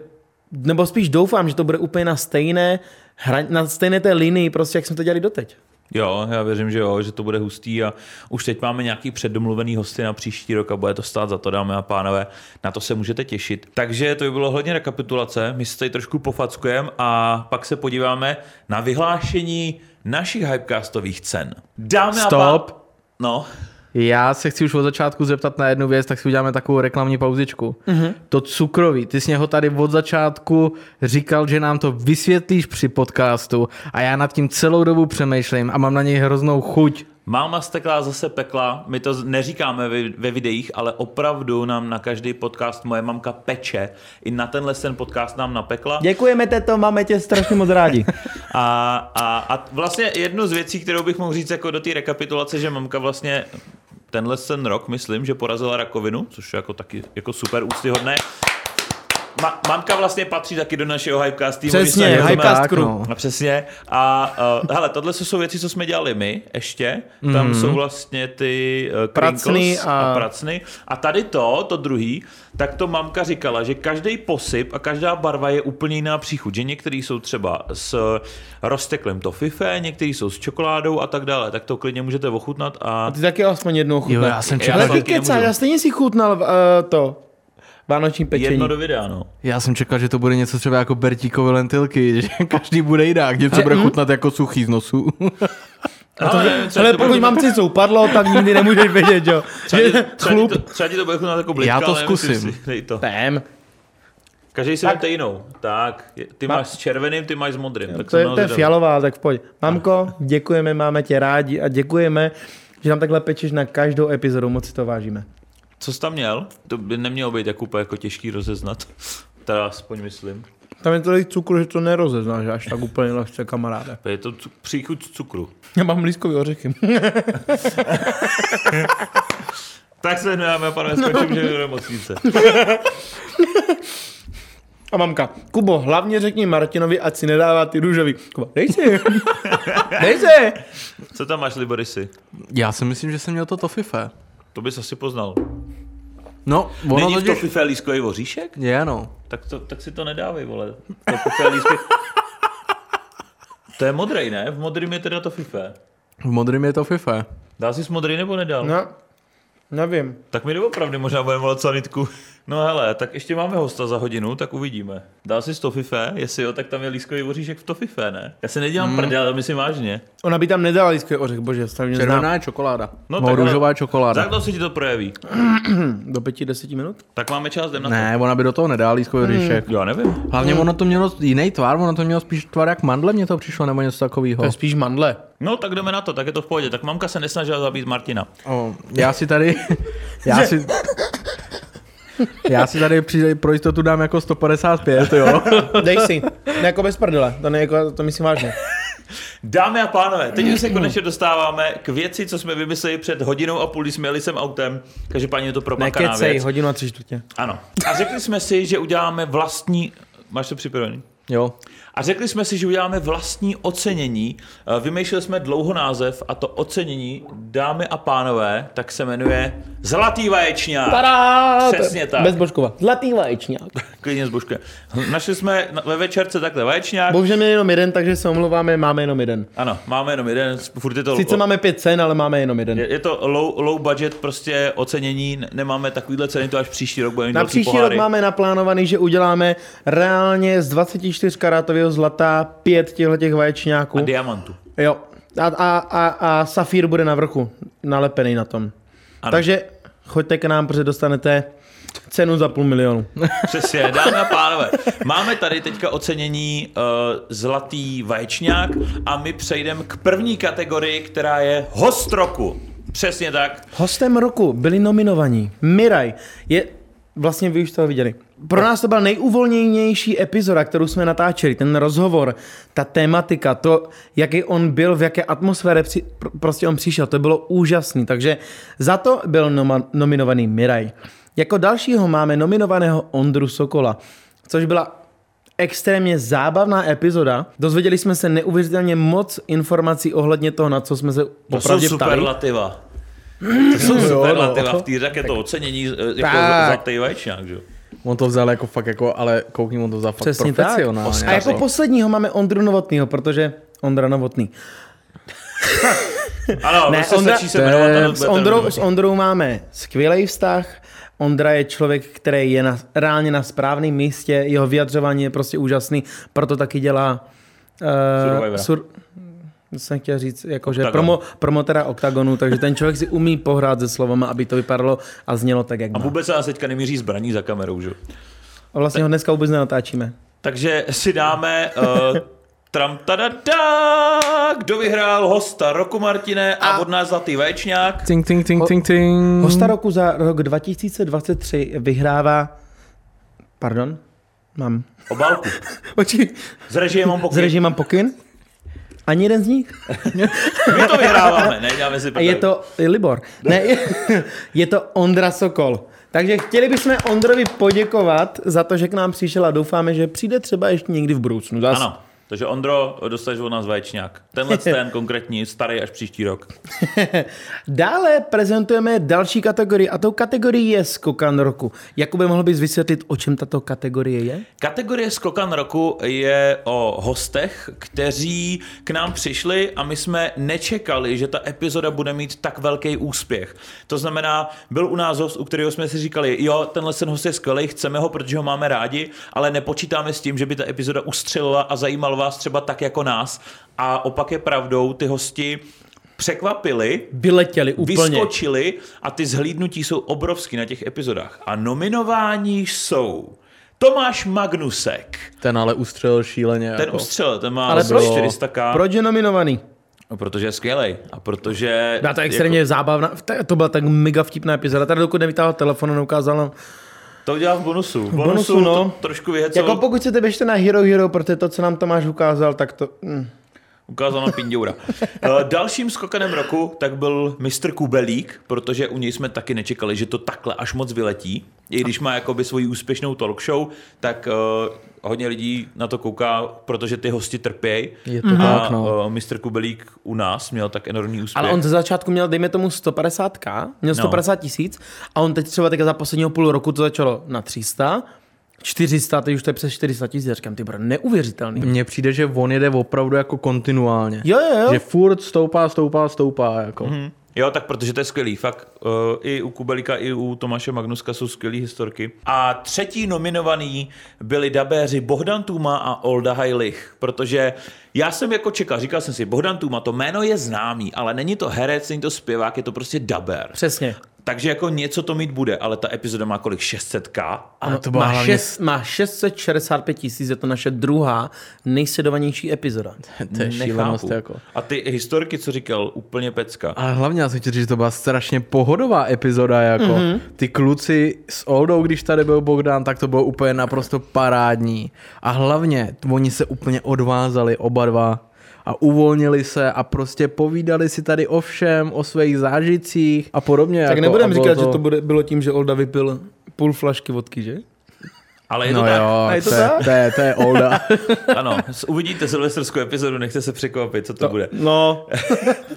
Speaker 1: nebo spíš doufám, že to bude úplně na stejné, hra, na stejné té linii, prostě jak jsme to dělali doteď.
Speaker 2: Jo, já věřím, že jo, že to bude hustý a už teď máme nějaký předdomluvený hosty na příští rok a bude to stát za to, dámy a pánové, na to se můžete těšit. Takže to by bylo hodně rekapitulace, my se tady trošku pofackujeme a pak se podíváme na vyhlášení našich hypecastových cen. Dámy a pán...
Speaker 3: Stop.
Speaker 2: No,
Speaker 3: Já se chci už od začátku zeptat na jednu věc, tak si uděláme takovou reklamní pauzičku. Mm-hmm. To cukroví, ty jsi ho tady od začátku říkal, že nám to vysvětlíš při podcastu a já nad tím celou dobu přemýšlím a mám na něj hroznou chuť.
Speaker 2: Má Masterclass zase pekla, my to z- neříkáme ve- ve videích, ale opravdu nám na každý podcast moje mamka peče. I na tenhle ten podcast nám napekla.
Speaker 1: Děkujeme, teto, máme tě strašně moc rádi.
Speaker 2: A, a, a vlastně jednu z věcí, kterou bych mohl říct jako do té rekapitulace, že mamka vlastně tenhle ten rok, myslím, že porazila rakovinu, což je jako taky jako super úctyhodné. Ma, mamka vlastně patří taky do našeho Hypecast týmu.
Speaker 1: Přesně,
Speaker 2: že se hrozně-
Speaker 1: Hypecast
Speaker 3: Tak,
Speaker 1: crew.
Speaker 3: no.
Speaker 2: a přesně. A uh, hele, tohle jsou věci, co jsme dělali my ještě. Tam jsou vlastně ty uh,
Speaker 1: Pracny
Speaker 2: a... a
Speaker 1: a-
Speaker 2: pracny. A tady to, to druhý, tak to mamka říkala, že každý posyp a každá barva je úplně jiná příchuť. Že některý jsou třeba s rozteklým to fife, některý jsou s čokoládou a tak dále. Tak to klidně můžete ochutnat a...
Speaker 1: A ty taky aspoň jednou chutnal.
Speaker 3: já jsem čekal-
Speaker 1: Ale
Speaker 2: taky
Speaker 1: ty kecáš,
Speaker 2: nemůžu.
Speaker 1: já stejně si chutnal uh, to vánoční pečení.
Speaker 2: Jedno do videa, no.
Speaker 3: Já jsem čekal, že to bude něco třeba jako Bertíkové lentilky, že každý bude jinak, něco bude chutnat jako suchý z nosu.
Speaker 2: Ale, třeba
Speaker 1: Ale
Speaker 2: ti to bude-
Speaker 1: pokud mám cicu upadlo, tam nikdy nemůžeš vědět, jo.
Speaker 2: třeba ti-
Speaker 1: Že
Speaker 2: třeba ti
Speaker 1: chlup.
Speaker 2: to- Třeba ti to bude chutnat jako blízka,
Speaker 3: Já to zkusím.
Speaker 2: to.
Speaker 1: Pém.
Speaker 2: Každý si tak. vemte jinou. Tak, je- ty
Speaker 1: Ma-
Speaker 2: máš s červeným, ty máš s modrým. Tak
Speaker 1: To
Speaker 2: jsem
Speaker 1: je,
Speaker 2: byl
Speaker 1: to je
Speaker 2: zvědavý.
Speaker 1: fialová, tak pojď. Mamko, děkujeme, máme tě rádi a děkujeme, že nám takhle pečeš na každou epizodu, moc si to vážíme.
Speaker 2: Co jsi tam měl? To by nemělo být jako úplně jako těžký rozeznat. Teda aspoň myslím.
Speaker 1: Tam je tolik cukru, že to nerozeznáš až tak úplně lehce, kamaráde.
Speaker 2: To Je to cu- příchuť z cukru.
Speaker 1: Já mám lískový ořechy.
Speaker 2: Tak se dáme, pane, skočím, že do nemocnice.
Speaker 1: A mamka, Kubo, hlavně řekni Martinovi, ať si nedává ty růžový. Kuba, dej si. dej si.
Speaker 2: Co tam máš, Liborisy?
Speaker 3: Já si myslím, že jsem měl to tofife.
Speaker 2: To bys asi poznal.
Speaker 3: No, ono
Speaker 2: Není v to
Speaker 3: totiž...
Speaker 2: fifé lískový voříšek?
Speaker 3: Je, no.
Speaker 2: Tak, to, tak si to nedávej, vole. To fifé lískový... To je modrej, ne? V modrým je teda to fifé.
Speaker 3: V modrým je to fife.
Speaker 2: Dá si modrý nebo nedal?
Speaker 1: No, nevím.
Speaker 2: Tak mi doopravdy možná budeme volat sanitku. No hele, tak ještě máme hosta za hodinu, tak uvidíme. Dá si z Tofife? Jestli jo, tak tam je lískový oříšek v Tofife, ne? Já se nedělám hmm. prdel, ale myslím vážně.
Speaker 1: Ona by tam nedala lískový ořech, bože, strašně znám.
Speaker 3: Červená je čokoláda.
Speaker 2: No
Speaker 3: No,
Speaker 2: tak
Speaker 3: no
Speaker 2: ale-
Speaker 3: růžová je
Speaker 2: Tak
Speaker 3: čokoláda.
Speaker 2: to se ti to projeví.
Speaker 1: Do pěti, deseti minut?
Speaker 2: Tak máme čas, jdem na
Speaker 3: Ne, ona by do toho nedá lískový oříšek.
Speaker 2: to. Já nevím.
Speaker 3: Hlavně ono to mělo jiný tvar, ono to mělo spíš tvar jak mandle, mě to přišlo, nebo něco takového.
Speaker 1: To je spíš mandle.
Speaker 2: No tak jdeme na to, tak je to v pohodě. Tak mamka se nesnažila zabít Martina.
Speaker 3: O, já si tady... Já si... Já si tady při, pro jistotu dám jako 155, jo.
Speaker 1: Dej si. Ne, jako bez prdele, to, ne, jako, to myslím vážně.
Speaker 2: Dámy a pánové, teď už se konečně dostáváme k věci, co jsme vymysleli před hodinou a půl, když jsme jeli sem autem. Každopádně je to propakaná
Speaker 1: Nekecej,
Speaker 2: věc.
Speaker 1: hodinu a tři čtvrtě.
Speaker 2: Ano. A řekli jsme si, že uděláme vlastní... Máš to připravený?
Speaker 3: Jo,
Speaker 2: A řekli jsme si, že uděláme vlastní ocenění. Eh, Vymýšleli jsme dlouho název a to ocenění, dámy a pánové, tak se jmenuje Zlatý vaječňák.
Speaker 1: Tadá!
Speaker 2: Přesně tak.
Speaker 1: Bez božkova. Zlatý vaječňák.
Speaker 2: Klidně s Božkem. Hm, Našli jsme na- ve večerce takhle vaječňák.
Speaker 1: Bohužel je jenom jeden, takže se omlouváme, máme jenom jeden.
Speaker 2: Ano, máme jenom jeden, furt je to...
Speaker 1: Sice máme pět cen, ale máme jenom jeden.
Speaker 2: Je je to low, low budget prostě ocenění, n- nemáme takovýhle ceny, to až příští rok budeme mít
Speaker 1: Na
Speaker 2: velký
Speaker 1: příští rok
Speaker 2: poháry.
Speaker 1: máme naplánovaný, že uděláme reálně z 24 karátového zlata pět těchto těch vaječňáků.
Speaker 2: A diamantu.
Speaker 1: Jo. A, a, a, a safír bude na vrchu, nalepený na tom.
Speaker 2: Ano.
Speaker 1: Ano. Takže choďte k nám, protože dostanete cenu za půl milionu.
Speaker 2: Přesně, dámy a pánové. Máme tady teďka ocenění uh, Zlatý vaječňák a my přejdeme k první kategorii, která je host roku. Přesně tak.
Speaker 1: Hostem roku byli nominovaní Miraj. Je, vlastně vy už toho viděli. Pro nás to byla nejuvolnějnější epizoda, kterou jsme natáčeli. Ten rozhovor, ta tématika, to, jaký on byl, v jaké atmosféře při, pr- prostě on přišel, to bylo úžasný. Takže za to byl noma, nominovaný Miraj. Jako dalšího máme nominovaného Ondru Sokola, což byla extrémně zábavná epizoda. Dozvěděli jsme se neuvěřitelně moc informací ohledně toho, na co jsme se
Speaker 2: To jsou
Speaker 1: opravdu ptali.
Speaker 2: superlativa. To jsou
Speaker 1: no,
Speaker 2: superlativa v té řek je to ocenění eh, jako
Speaker 1: Tak.
Speaker 2: Zlatý vaječňák, že jo?
Speaker 3: On to vzal jako fakt jako, ale koukni, on to vzal fakt
Speaker 1: Přesně tak.
Speaker 3: profesionálně.
Speaker 1: A jako posledního máme Ondru Novotného, protože Ondra Novotný.
Speaker 2: Ano,
Speaker 1: Ne,
Speaker 2: ne, prostě
Speaker 1: Ondra-
Speaker 2: stačí se jmenovat. a
Speaker 1: S
Speaker 2: budete
Speaker 1: Ondrou,
Speaker 2: nominovaní.
Speaker 1: s Ondrou máme skvělý vztah. Ondra je člověk, který je na, reálně na správném místě, jeho vyjadřování je prostě úžasný, proto taky dělá... Uh,
Speaker 2: Survivora.
Speaker 1: sur, jsem chtěl říct, jako, že
Speaker 2: Octagon.
Speaker 1: promo, promotera OKTAGONu, takže ten člověk si umí pohrát se slovama, aby to vypadalo a znělo tak, jak
Speaker 2: A
Speaker 1: má.
Speaker 2: vůbec se nás teďka nemíří zbraní za kamerou, že? jo?
Speaker 1: A vlastně ho dneska vůbec nenatáčíme.
Speaker 2: Takže si dáme uh, tram tadada, kdo vyhrál hosta roku Martine a, od nás zlatý vaječňák.
Speaker 3: Ting, ting, ting, ting, ting.
Speaker 1: Hosta roku za rok 2023 vyhrává... Pardon? Mám.
Speaker 2: Obálku.
Speaker 1: Oči.
Speaker 2: Z režie mám
Speaker 1: Z
Speaker 2: pokyn.
Speaker 1: režii mám pokyn? Ani jeden z nich?
Speaker 2: My to vyhráváme, ne? Děláme si
Speaker 1: A je to je Libor. Ne, je to Ondra Sokol. Takže chtěli bychom Ondrovi poděkovat za to, že k nám přišel a doufáme, že přijde třeba ještě někdy v budoucnu. Zas.
Speaker 2: Ano. Takže Ondro, dostaneš od nás vaječňák. Tenhle ten konkrétní, starý až příští rok.
Speaker 1: Dále prezentujeme další kategorii a tou kategorií je skokan roku. Jakube, mohl bys vysvětlit, o čem tato kategorie je?
Speaker 2: Kategorie Skokan roku je o hostech, kteří k nám přišli a my jsme nečekali, že ta epizoda bude mít tak velký úspěch. To znamená, byl u nás host, u kterého jsme si říkali, jo, tenhle ten host je skvělý, chceme ho, protože ho máme rádi, ale nepočítáme s tím, že by ta epizoda ustřelila a zajímal vás třeba tak jako nás. A opak je pravdou, ty hosti překvapili,
Speaker 1: Vyletěli úplně.
Speaker 2: vyskočili a ty zhlídnutí jsou obrovský na těch epizodách. A nominováni jsou Tomáš Magnusek,
Speaker 3: Ten ale ustřelil šíleně.
Speaker 2: ten
Speaker 3: jako.
Speaker 2: ustřel, ten má
Speaker 1: Ale
Speaker 2: asi
Speaker 1: proč,
Speaker 2: 400k,
Speaker 1: proč je nominovaný?
Speaker 2: No, protože je skvělej a protože...
Speaker 3: Jako-
Speaker 2: jako
Speaker 1: Byla to extrémně zábavná, ta- to byla tak mega vtipná epizoda. Tady dokud nevytáhl telefon a neukázal nám.
Speaker 2: Jako, to udělal v bonusu. V bonusu,
Speaker 1: bonusu, no.
Speaker 2: to, trošku vyhecel,
Speaker 1: Jako pokud chcete běžte na Hero Hero, protože to, co nám Tomáš ukázal, tak to... Mm.
Speaker 2: ukázal na pindoura. Eh, Dalším skokanem roku tak byl mistr Kubelík, protože u něj jsme taky nečekali, že to takhle až moc vyletí. I když má jakoby svoji úspěšnou talk show, tak eh, hodně lidí na to kouká, protože ty hosti trpějí.
Speaker 3: Je to tak,
Speaker 2: a
Speaker 3: no.
Speaker 2: no. mistr Kubelík u nás měl tak enormní úspěch.
Speaker 1: Ale on ze začátku měl, dejme tomu, 150k, měl
Speaker 2: No.
Speaker 1: 150 tisíc a on teď třeba teďka za posledního půl roku to začalo na 300, 400, teď už to je přes 400 tisíc, říkám, ty bro, neuvěřitelný.
Speaker 3: Mně přijde, že on jede opravdu jako kontinuálně.
Speaker 1: Jo, jo, jo.
Speaker 3: Že furt stoupá, stoupá, stoupá. Jako.
Speaker 2: Hm. Jo, tak protože to je skvělý. Fakt uh, i u Kubelika, i u Tomáše Magnuska jsou skvělé historky. A třetí nominovaný byli dabéři Bohdan Tuma a Olda Hajlich, protože já jsem jako čekal, říkal jsem si, Bohdan Tuma, to jméno je známý, ale není to herec, není to zpěvák, je to prostě dabér.
Speaker 1: Přesně.
Speaker 2: Takže jako něco to mít bude, ale ta epizoda má kolik? 600k?
Speaker 1: Ano,
Speaker 3: to
Speaker 1: to
Speaker 3: byla
Speaker 1: má,
Speaker 3: hlavně-
Speaker 1: šest, má 665 tisíc, je to naše druhá nejsledovanější epizoda.
Speaker 3: To je šílenost.
Speaker 2: Nechápu.
Speaker 3: Jako.
Speaker 2: A ty historky, co říkal, úplně pecka.
Speaker 3: Ale hlavně já jsem chtěl říct, že to byla strašně pohodová epizoda. Jako.
Speaker 1: Mhm.
Speaker 3: Mm-hmm. Ty kluci s Oldou, když tady byl Bogdan, tak to bylo úplně naprosto parádní. A hlavně t- oni se úplně odvázali oba dva a uvolnili se a prostě povídali si tady o všem, o svých zážitcích a podobně.
Speaker 1: Tak
Speaker 3: jako,
Speaker 1: nebudem
Speaker 3: a bylo
Speaker 1: říkat, to... že to bude, bylo tím, že Olda vypil půl flašky vodky, že?
Speaker 2: Ale je to
Speaker 3: No
Speaker 2: tak.
Speaker 3: jo,
Speaker 1: A je to
Speaker 3: to, je,
Speaker 1: tak?
Speaker 3: to, je, to je Olda.
Speaker 2: Ano, s- uvidíte silvestrskou epizodu, nechte se překvapit, co to, to bude.
Speaker 1: No,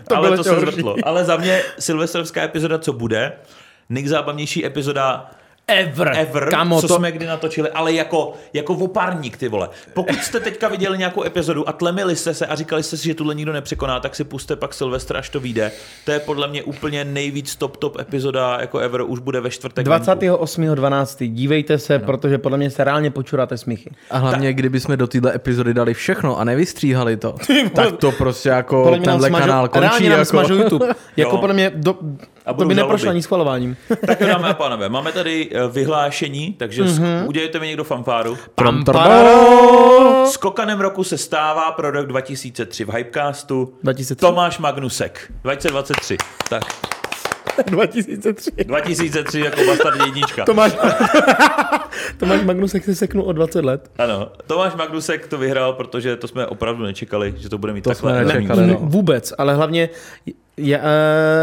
Speaker 2: to ale
Speaker 1: bylo
Speaker 2: to
Speaker 1: ještě
Speaker 2: se
Speaker 1: horší.
Speaker 2: zvrtlo. Ale za mě silvestrovská epizoda, co bude, nejzábavnější epizoda
Speaker 1: Ever.
Speaker 2: ever,
Speaker 1: Kamo,
Speaker 2: co
Speaker 1: to,
Speaker 2: jsme kdy natočili, ale jako, jako opárník, ty vole. Pokud jste teďka viděli nějakou epizodu a tlemili jste se a říkali jste si, že tuhle nikdo nepřekoná, tak si puste pak Silvestra, až to vyjde. To je podle mě úplně nejvíc top top epizoda jako ever, už bude ve čtvrtek. venku.
Speaker 1: 28.12. Dívejte se, no. protože podle mě se reálně počuráte smichy.
Speaker 3: A hlavně, kdybychom do téhle epizody dali všechno a nevystříhali to, tak to prostě jako
Speaker 1: podle mě nám
Speaker 3: tenhle
Speaker 1: smažou,
Speaker 3: kanál končí.
Speaker 1: reálně nám smažou
Speaker 3: Jako.
Speaker 1: YouTube. jako
Speaker 2: Jo.
Speaker 1: podle mě, do, to
Speaker 2: budou
Speaker 1: by neprošlo
Speaker 2: žaloby.
Speaker 1: ani schvalováním.
Speaker 2: Tak jo, dámy a pánové, máme tady eh, vyhlášení, takže
Speaker 1: Mhm.
Speaker 2: mm-hmm. udělejte mi někdo fanfáru.
Speaker 3: Pam,
Speaker 2: Skokanem roku se stává pro rok 2003 v Hypecastu
Speaker 1: 2003.
Speaker 2: Tomáš Magnusek, 2023. Tak,
Speaker 1: 2003.
Speaker 2: 2003 jako bastard jednička.
Speaker 1: Tomáš, Tomáš Magnusek se seknul o 20 let.
Speaker 2: Ano, Tomáš Magnusek to vyhrál, protože to jsme opravdu nečekali, že to bude mít to takhle.
Speaker 3: jsme
Speaker 2: enormní
Speaker 3: nečekali,
Speaker 2: úspěch.
Speaker 3: no.
Speaker 1: Vůbec, ale hlavně je, uh,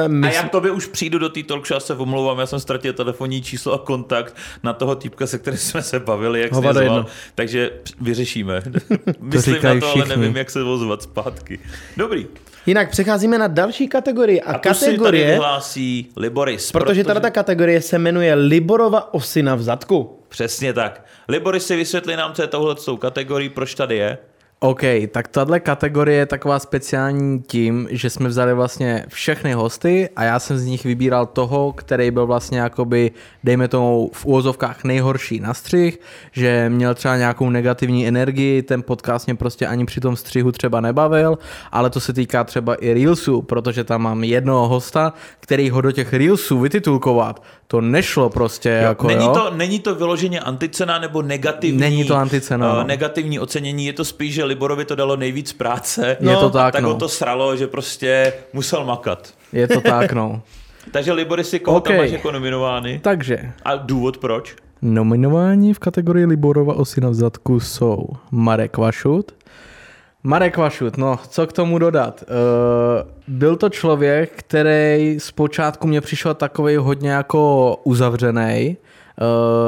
Speaker 2: A
Speaker 1: my,
Speaker 2: já k tobě už přijdu do té talk show, já se omlouvám, já jsem ztratil telefonní číslo a kontakt na toho týpka, se kterým jsme se bavili, jak
Speaker 1: Hovado
Speaker 2: se zval,
Speaker 1: jedno.
Speaker 2: takže vyřešíme. Myslím na
Speaker 3: říkají
Speaker 2: to, ale
Speaker 3: všichni.
Speaker 2: nevím, jak se ozvat zpátky. Dobrý.
Speaker 1: jinak přecházíme na další kategorii. A,
Speaker 2: A tu si tady
Speaker 1: kategorie,
Speaker 2: vyhlásí Liboris.
Speaker 1: protože tato ta kategorie se jmenuje Liborova osina v zadku.
Speaker 2: Přesně tak. Liboris si vysvětlí nám, co je tohle kategorii, proč tady je.
Speaker 3: OK, tak tahle kategorie je taková speciální tím, že jsme vzali vlastně všechny hosty a já jsem z nich vybíral toho, který byl vlastně jakoby, dejme tomu v úvozovkách nejhorší na střih, že měl třeba nějakou negativní energii, ten podcast mě prostě ani při tom střihu třeba nebavil, ale to se týká třeba i Reelsů, protože tam mám jednoho hosta, který ho do těch Reelsů vytitulkovat, to nešlo prostě jo, jako
Speaker 2: není,
Speaker 3: jo?
Speaker 2: To, není to vyloženě anticena nebo negativní,
Speaker 3: Není to anticena,
Speaker 2: eh,
Speaker 3: no.
Speaker 2: negativní ocenění, je to spíš, že Liborovi to dalo nejvíc práce
Speaker 3: Je to
Speaker 2: a
Speaker 3: tak,
Speaker 2: tak
Speaker 3: no.
Speaker 2: ho to sralo, že prostě musel makat.
Speaker 3: Je to tak, no.
Speaker 2: Takže Libory si koho okay.
Speaker 3: OK.
Speaker 2: tam máš jako nominovány?
Speaker 3: Takže,
Speaker 2: A důvod proč?
Speaker 3: Nominováni v kategorii Liborova osina v zadku jsou Marek Vašut. Marek Vašut, no, co k tomu dodat? Uh, byl to člověk, který zpočátku mě přišel takový hodně jako uzavřený,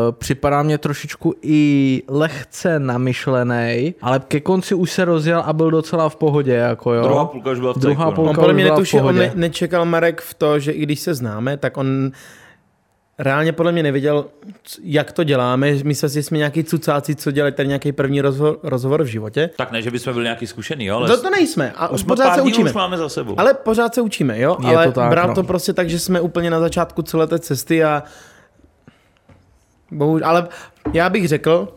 Speaker 3: Uh, připadá mě trošičku i lehce namyšlený, ale ke konci už se rozjel a byl docela v pohodě. Jako jo.
Speaker 2: Druhá půlka už byla v
Speaker 3: Druhá
Speaker 2: cejku, no.
Speaker 3: půlka
Speaker 1: On podle
Speaker 3: už
Speaker 1: mě
Speaker 3: byla v
Speaker 1: netušil, on
Speaker 3: pohodě.
Speaker 1: ne, nečekal Marek v to, že i když se známe, tak on reálně podle mě nevěděl, c- jak to děláme. Myslel si, že jsme nějaký cucáci, co dělají tady nějaký první rozhovor, rozhovor v životě.
Speaker 2: Tak ne, že bychom byli nějaký zkušený, jo, ale
Speaker 1: No To, to nejsme a
Speaker 2: už
Speaker 1: pořád
Speaker 2: pár
Speaker 1: se
Speaker 2: dní
Speaker 1: učíme.
Speaker 2: Už máme za sebou.
Speaker 1: Ale pořád se učíme, jo?
Speaker 3: Jako- Je
Speaker 1: Ale
Speaker 3: to tak,
Speaker 1: bral
Speaker 3: no.
Speaker 1: to prostě tak, že jsme úplně na začátku celé té cesty a bohužel, ale já bych řekl,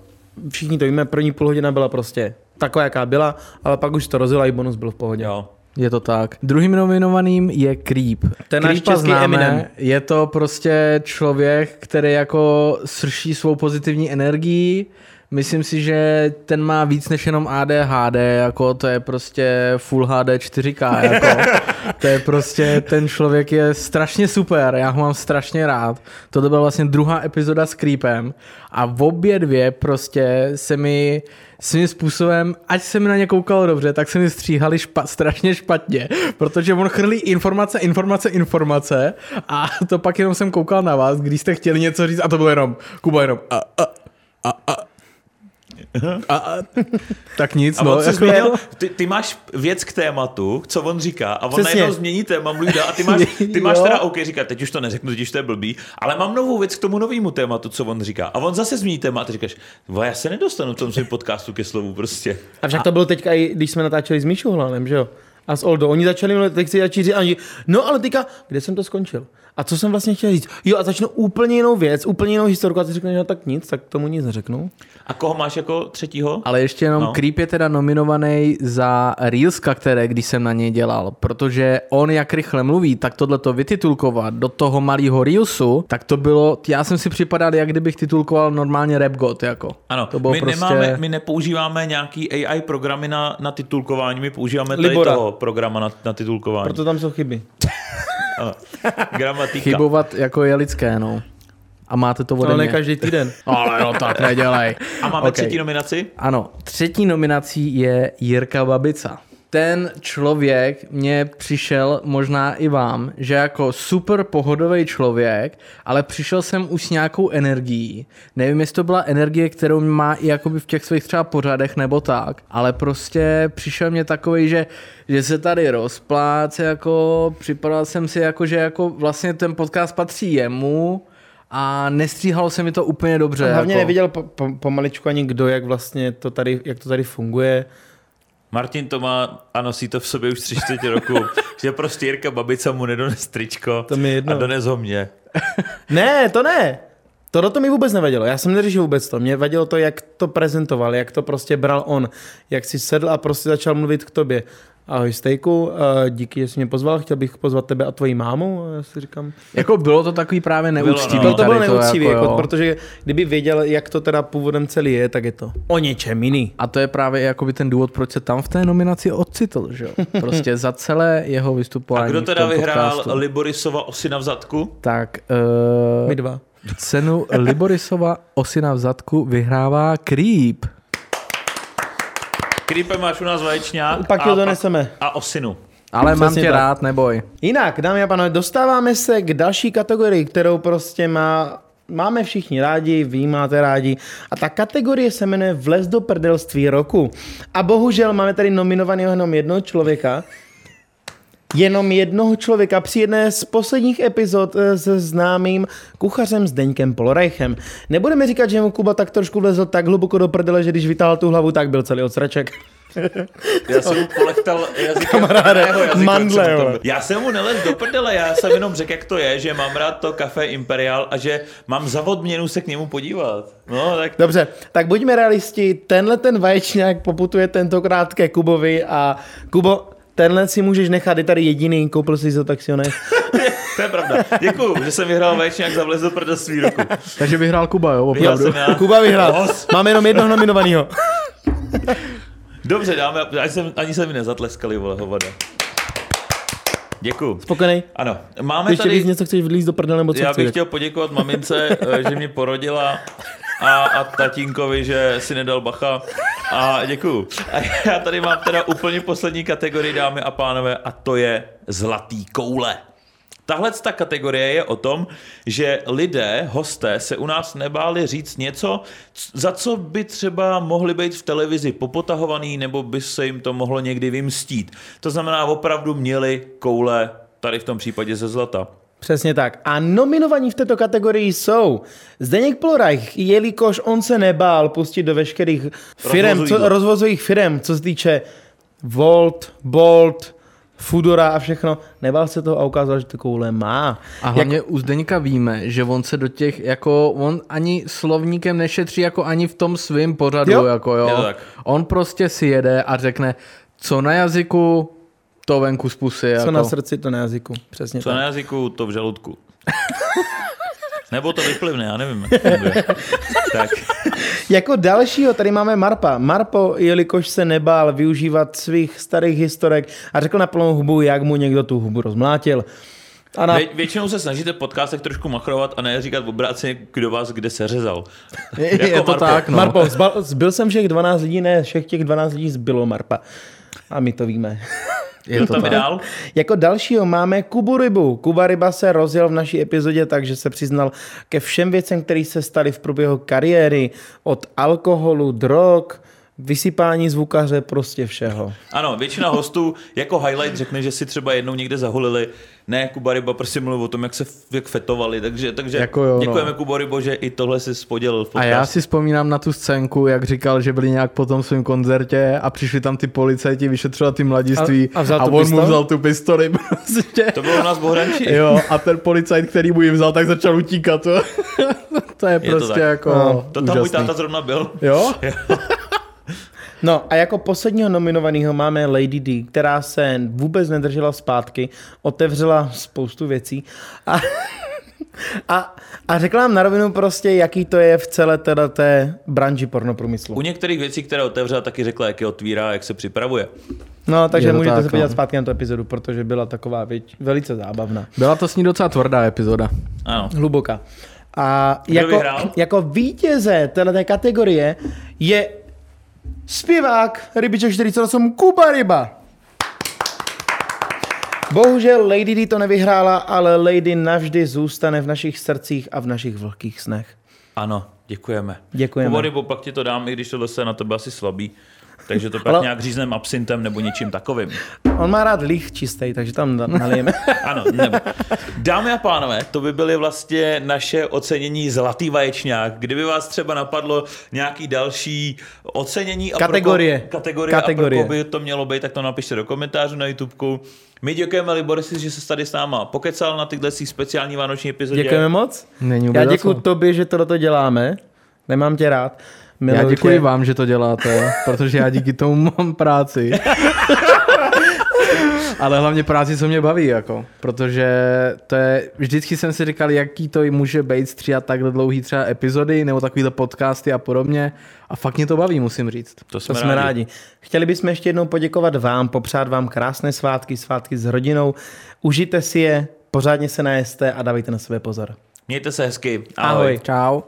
Speaker 1: všichni to víme, první půl hodina byla prostě taková, jaká byla, ale pak už to rozjela i bonus byl v pohodě.
Speaker 2: Jo.
Speaker 3: Je to tak. Druhým nominovaným je Creep.
Speaker 1: Ten náš
Speaker 3: Creepa
Speaker 1: český Eminem.
Speaker 3: Je to prostě člověk, který jako srší svou pozitivní energii. Myslím si, že ten má víc než jenom ADHD, jako to je prostě Full HD 4K, jako. To je prostě, ten člověk je strašně super, já ho mám strašně rád. Tohle byla vlastně druhá epizoda s Creepem a v obě dvě prostě se mi svým způsobem, ať se mi na ně koukalo dobře, tak se mi stříhali špa, strašně špatně, protože on chrlí informace, informace, informace a to pak jenom jsem koukal na vás, když jste chtěli něco říct a to bylo jenom, Kuba jenom a, a, a, a. A, a, tak nic,
Speaker 2: A
Speaker 3: no.
Speaker 2: on se
Speaker 3: jako-
Speaker 2: změnil, ty, ty máš věc k tématu, co on říká, a on
Speaker 1: Přesně.
Speaker 2: najednou změní téma, mluví dál, a ty máš, ty máš
Speaker 3: Jo.
Speaker 2: teda, OK, říká, teď už to neřeknu, teď už to je blbý, ale mám novou věc k tomu novému tématu, co on říká. A on zase změní téma a ty říkáš, "Vole, já se nedostanu v tom svém podcastu ke slovu prostě.
Speaker 1: A však to bylo teďka i, když jsme natáčeli s Míšou Hlánem, že jo? A s Oldo. Oni začali mluvit, teď si začali říct, a oni, no ale teďka, kde jsem to skončil? A co jsem vlastně chtěl říct? Jo, a začnu úplně jinou věc, úplně jinou historku a ty řekneš, no tak nic, tak tomu nic neřeknu.
Speaker 2: A koho máš jako třetího?
Speaker 3: Ale ještě jenom
Speaker 2: No.
Speaker 3: no. Creep je teda nominovaný za Reelska, které když jsem na něj dělal, protože on jak rychle mluví, tak tohle to vytitulkovat do toho malého Reelsu, tak to bylo, já jsem si připadal, jak kdybych titulkoval normálně Rap God, jako.
Speaker 2: Ano,
Speaker 3: to bylo
Speaker 2: my,
Speaker 3: prostě...
Speaker 2: nemáme, my nepoužíváme nějaký AI programy na, na titulkování, my používáme tady
Speaker 1: Libora.
Speaker 2: toho programa na, na titulkování. Proto...
Speaker 1: Proto tam jsou chyby.
Speaker 2: Gramatika.
Speaker 3: Chybovat jako je lidské, no. A máte to ode
Speaker 1: Ale ne
Speaker 3: mě.
Speaker 1: každý týden.
Speaker 3: Ale no tak nedělej.
Speaker 2: A máme okay.
Speaker 3: Ok.
Speaker 2: třetí nominaci?
Speaker 3: Ano, třetí nominací je Jirka Babica. Ten člověk mě přišel, možná i vám, že jako super pohodový člověk, ale přišel jsem už s nějakou energií. Nevím, jestli to byla energie, kterou má i jakoby v těch svých třeba pořadech nebo tak, ale prostě přišel mě takový, že, že se tady rozpláce, jako připadal jsem si jako, že jako vlastně ten podcast patří jemu a nestříhalo se mi to úplně dobře.
Speaker 1: A hlavně
Speaker 3: jako.
Speaker 1: neviděl po, po, pomaličku ani kdo, jak vlastně to tady, jak to tady funguje.
Speaker 2: Martin to má a nosí to v sobě už 30 roku, že prostě Jirka Babica mu nedones tričko
Speaker 1: To mi je jedno.
Speaker 2: a dones ho mě.
Speaker 1: Ne, to ne. To do to mi vůbec nevadilo. Já jsem neřešil vůbec to. Mě vadilo to, jak to prezentoval, jak to prostě bral on, jak si sedl a prostě začal mluvit k tobě. Ahoj Stejku, eh, díky, že jsi mě pozval, chtěl bych pozvat tebe a tvoji mámu, A já si říkám.
Speaker 3: Jako bylo to takový právě neúctivý.
Speaker 2: no.
Speaker 1: No, to
Speaker 3: tady
Speaker 1: bylo neúctivý, jako,
Speaker 3: jo.
Speaker 1: jako, protože kdyby věděl, jak to teda původem celý je, tak je to o něčem jiný.
Speaker 3: A to je právě jakoby ten důvod, proč se tam v té nominaci ocitl, že jo? Prostě za celé jeho
Speaker 2: A
Speaker 3: vystupování
Speaker 2: kdo
Speaker 3: v
Speaker 2: teda
Speaker 3: tom
Speaker 2: vyhrál
Speaker 3: podcastu.
Speaker 2: Liborisova osina v zadku?
Speaker 3: Tak
Speaker 1: My
Speaker 3: uh,
Speaker 1: dva.
Speaker 3: cenu Liborisova osina v zadku vyhrává Creep.
Speaker 2: Kripe máš u nás vaječňák
Speaker 1: Pak
Speaker 2: a,
Speaker 1: ho doneseme.
Speaker 2: a osinu.
Speaker 3: Ale mám
Speaker 1: Přesně
Speaker 3: tě
Speaker 1: tak.
Speaker 3: rád, neboj.
Speaker 1: Jinak, dámy a pánové, dostáváme se k další kategorii, kterou prostě má, máme všichni rádi, vy ji máte rádi. A ta kategorie se jmenuje Vlez do prdelství roku. A bohužel máme tady nominovaného jenom jednoho člověka. Jenom jednoho člověka při jedné z posledních epizod eh, se známým kuchařem Zdeňkem Polorajchem. Nebudeme říkat, že mu Kuba tak trošku vlezl tak hluboko do prdele, že když vytáhl tu hlavu, tak byl celý odsraček.
Speaker 2: Já jsem mu polechtal jazykem
Speaker 1: Kamaráde,
Speaker 2: jiného jazyka,
Speaker 1: mandle,
Speaker 2: co mu to
Speaker 1: vole.
Speaker 2: bylo. Já jsem mu nelez do prdele, já jsem jenom řekl, jak to je, že mám rád to kafe Imperial a že mám za odměnu se k němu podívat. No, tak
Speaker 1: Dobře, tak buďme realisti, tenhle ten vaječňák poputuje tentokrát ke Kubovi a Kubo, tenhle si můžeš nechat, je tady jediný, koupil si to, tak si ho nech.
Speaker 2: to je pravda. Děkuju, že jsem vyhrál vaječňák za vlez do prdele svý roku.
Speaker 3: Takže vyhrál Kuba, jo,
Speaker 2: Vyhrál
Speaker 3: opravdu.
Speaker 2: jsem já.
Speaker 1: Kuba vyhrál,
Speaker 2: Os.
Speaker 1: máme jenom jednoho nominovaného.
Speaker 2: Dobře, dáme, ani se, ani se mi nezatleskali, vole, hovada. Děkuju.
Speaker 1: Spokojený.
Speaker 2: Ano, máme
Speaker 1: Ještě
Speaker 2: tady...
Speaker 1: víc něco chceš vylíst do prdele, nebo co
Speaker 2: Já
Speaker 1: chceš?
Speaker 2: bych chtěl poděkovat mamince, eh, že mě porodila a, a tatínkovi, že si nedal bacha. A děkuju. A já tady mám teda úplně poslední kategorii, dámy a pánové, a to je zlatý koule. Tahle ta kategorie je o tom, že lidé, hosté, se u nás nebáli říct něco, c- za co by třeba mohli být v televizi popotahovaný, nebo by se jim to mohlo někdy vymstít. To znamená, opravdu měli koule, tady v tom případě ze zlata.
Speaker 1: Přesně tak. A nominovaní v této kategorii jsou Zdeněk Plorajch, jelikož on se nebál pustit do veškerých firm,
Speaker 2: Rozvozu jídla.
Speaker 1: co, rozvozových firm, co se týče Volt, Bolt, Fudora a všechno. Nebál se toho a ukázal, že ty koule má. Jako
Speaker 3: A hlavně u Zdeňka víme, že on se do těch, jako on ani slovníkem nešetří, jako ani v tom svým pořadu,
Speaker 1: Jo.
Speaker 3: jo? jako
Speaker 2: Je to
Speaker 3: jo.
Speaker 2: tak.
Speaker 3: On prostě si jede a řekne, co na jazyku, to venku z pusy,
Speaker 1: Jak,
Speaker 3: jako.
Speaker 1: co na srdci, to na jazyku. Přesně
Speaker 2: Co
Speaker 1: tak.
Speaker 2: na jazyku, to v žaludku. Nebo to vyplivne, já nevím. jak to funguje. tak,
Speaker 1: Jako dalšího tady máme Marpa. Marpo, jelikož se nebál využívat svých starých historek a řekl na plnou hubu, jak mu někdo tu hubu rozmlátil. A na...
Speaker 2: Vě- většinou se snažíte v podcastech trošku machrovat a ne říkat obráceně, kdo vás kde seřezal. Jako
Speaker 3: Je, je to
Speaker 2: Marpo.
Speaker 3: tak, no.
Speaker 1: Marpo, zbal, zbyl jsem všech 12 lidí, ne, všech těch 12 lidí zbylo Marpa. A my to víme.
Speaker 3: je
Speaker 2: Kdo
Speaker 3: to
Speaker 2: tam je
Speaker 3: tak.
Speaker 2: dál?
Speaker 1: Jako dalšího máme Kubu Rybu. Kuba Ryba se rozjel v naší epizodě, takže se přiznal ke všem věcem, které se staly v průběhu kariéry. Od alkoholu, drog, vysypání zvukaře, prostě všeho.
Speaker 2: Ano, většina hostů jako highlight řekne, že si třeba jednou někde zaholili. Ne, Kuba Ryba prostě mluvil o tom, jak se f- jak fetovali, takže, takže
Speaker 3: Jako jo, no.
Speaker 2: děkujeme no. Kubo Rybo, že i tohle si spodělil v
Speaker 3: A
Speaker 2: podcastu.
Speaker 3: já si vzpomínám na tu scénku, jak říkal, že byli nějak po tom svém koncertě a přišli tam ty policajti vyšetřovat ty mladiství
Speaker 1: A- a vzal
Speaker 3: a
Speaker 1: tu
Speaker 3: on
Speaker 1: pistoli?
Speaker 3: mu vzal tu pistoli prostě.
Speaker 2: To bylo u nás v Bohranči.
Speaker 3: Jo, a ten policajt, který mu ji vzal, tak začal utíkat. To, to je prostě
Speaker 2: tak.
Speaker 3: jako
Speaker 1: No,
Speaker 2: To tam můj
Speaker 3: úžasný.
Speaker 2: táta zrovna byl.
Speaker 3: Jo?
Speaker 1: No a jako posledního nominovaného máme Lady D, která se vůbec nedržela zpátky, otevřela spoustu věcí a, a, a řekla nám na rovinu prostě, jaký to je v celé teda té branži pornoprůmyslu.
Speaker 2: U některých věcí, které otevřela, taky řekla, jak je otvírá, jak se připravuje.
Speaker 1: No, takže
Speaker 3: Je to
Speaker 1: můžete
Speaker 3: tak,
Speaker 1: se podívat
Speaker 3: no.
Speaker 1: zpátky na tu epizodu, protože byla taková věď, velice zábavná.
Speaker 3: Byla to s ní docela tvrdá epizoda.
Speaker 2: Ano.
Speaker 1: Hluboká. A
Speaker 2: Kdo
Speaker 1: jako,
Speaker 2: vyhrál?
Speaker 1: jako vítěze této kategorie je zpěvák Rybiče 48 Kuba Ryba. Bohužel Lady D to nevyhrála, ale Lady navždy zůstane v našich srdcích a v našich vlhkých snech.
Speaker 2: Ano, děkujeme.
Speaker 1: Děkujeme.
Speaker 2: Kubo Rybo, pak ti to dám, i když tohle se na tebe asi slabý. Takže to pak
Speaker 1: Ale-
Speaker 2: nějak říznem absintem nebo něčím takovým.
Speaker 1: On má rád lich čistý, takže tam na- nalijeme.
Speaker 2: Ano, nebo. Dámy a pánové, to by byly vlastně naše ocenění Zlatý vaječňák. Kdyby vás třeba napadlo nějaký další ocenění a pro ko-
Speaker 1: Kategorie.
Speaker 2: kategorie, kategorie.
Speaker 1: Kategorie.
Speaker 2: A pro koho by to mělo být, tak to napište do komentářů na YouTubeku. My děkujeme Liborisi, že se tady s náma pokecal na tyhle speciální vánoční epizodě.
Speaker 1: Děkujeme moc.
Speaker 3: Není
Speaker 1: Já
Speaker 3: vůbec za
Speaker 1: děkuji
Speaker 3: co.
Speaker 1: tobě, že tohle děláme. Nemám tě rád.
Speaker 3: Já
Speaker 1: Miluji
Speaker 3: děkuji
Speaker 1: tě.
Speaker 3: vám, že to děláte, protože já díky tomu mám práci. Ale hlavně práci, co mě baví, jako. Protože to je, vždycky jsem si říkal, jaký to může být stříhat takhle dlouhý třeba epizody, nebo takovýhle podcasty a podobně. A fakt mě to baví, musím říct.
Speaker 2: To jsme,
Speaker 1: To
Speaker 2: jsme rádi.
Speaker 1: Chtěli bychom ještě jednou poděkovat vám, popřát vám krásné svátky, svátky s rodinou. Užijte si je, pořádně se najeste a dávejte na sebe pozor.
Speaker 2: Mějte se hezky.
Speaker 1: Ahoj.
Speaker 3: Čau.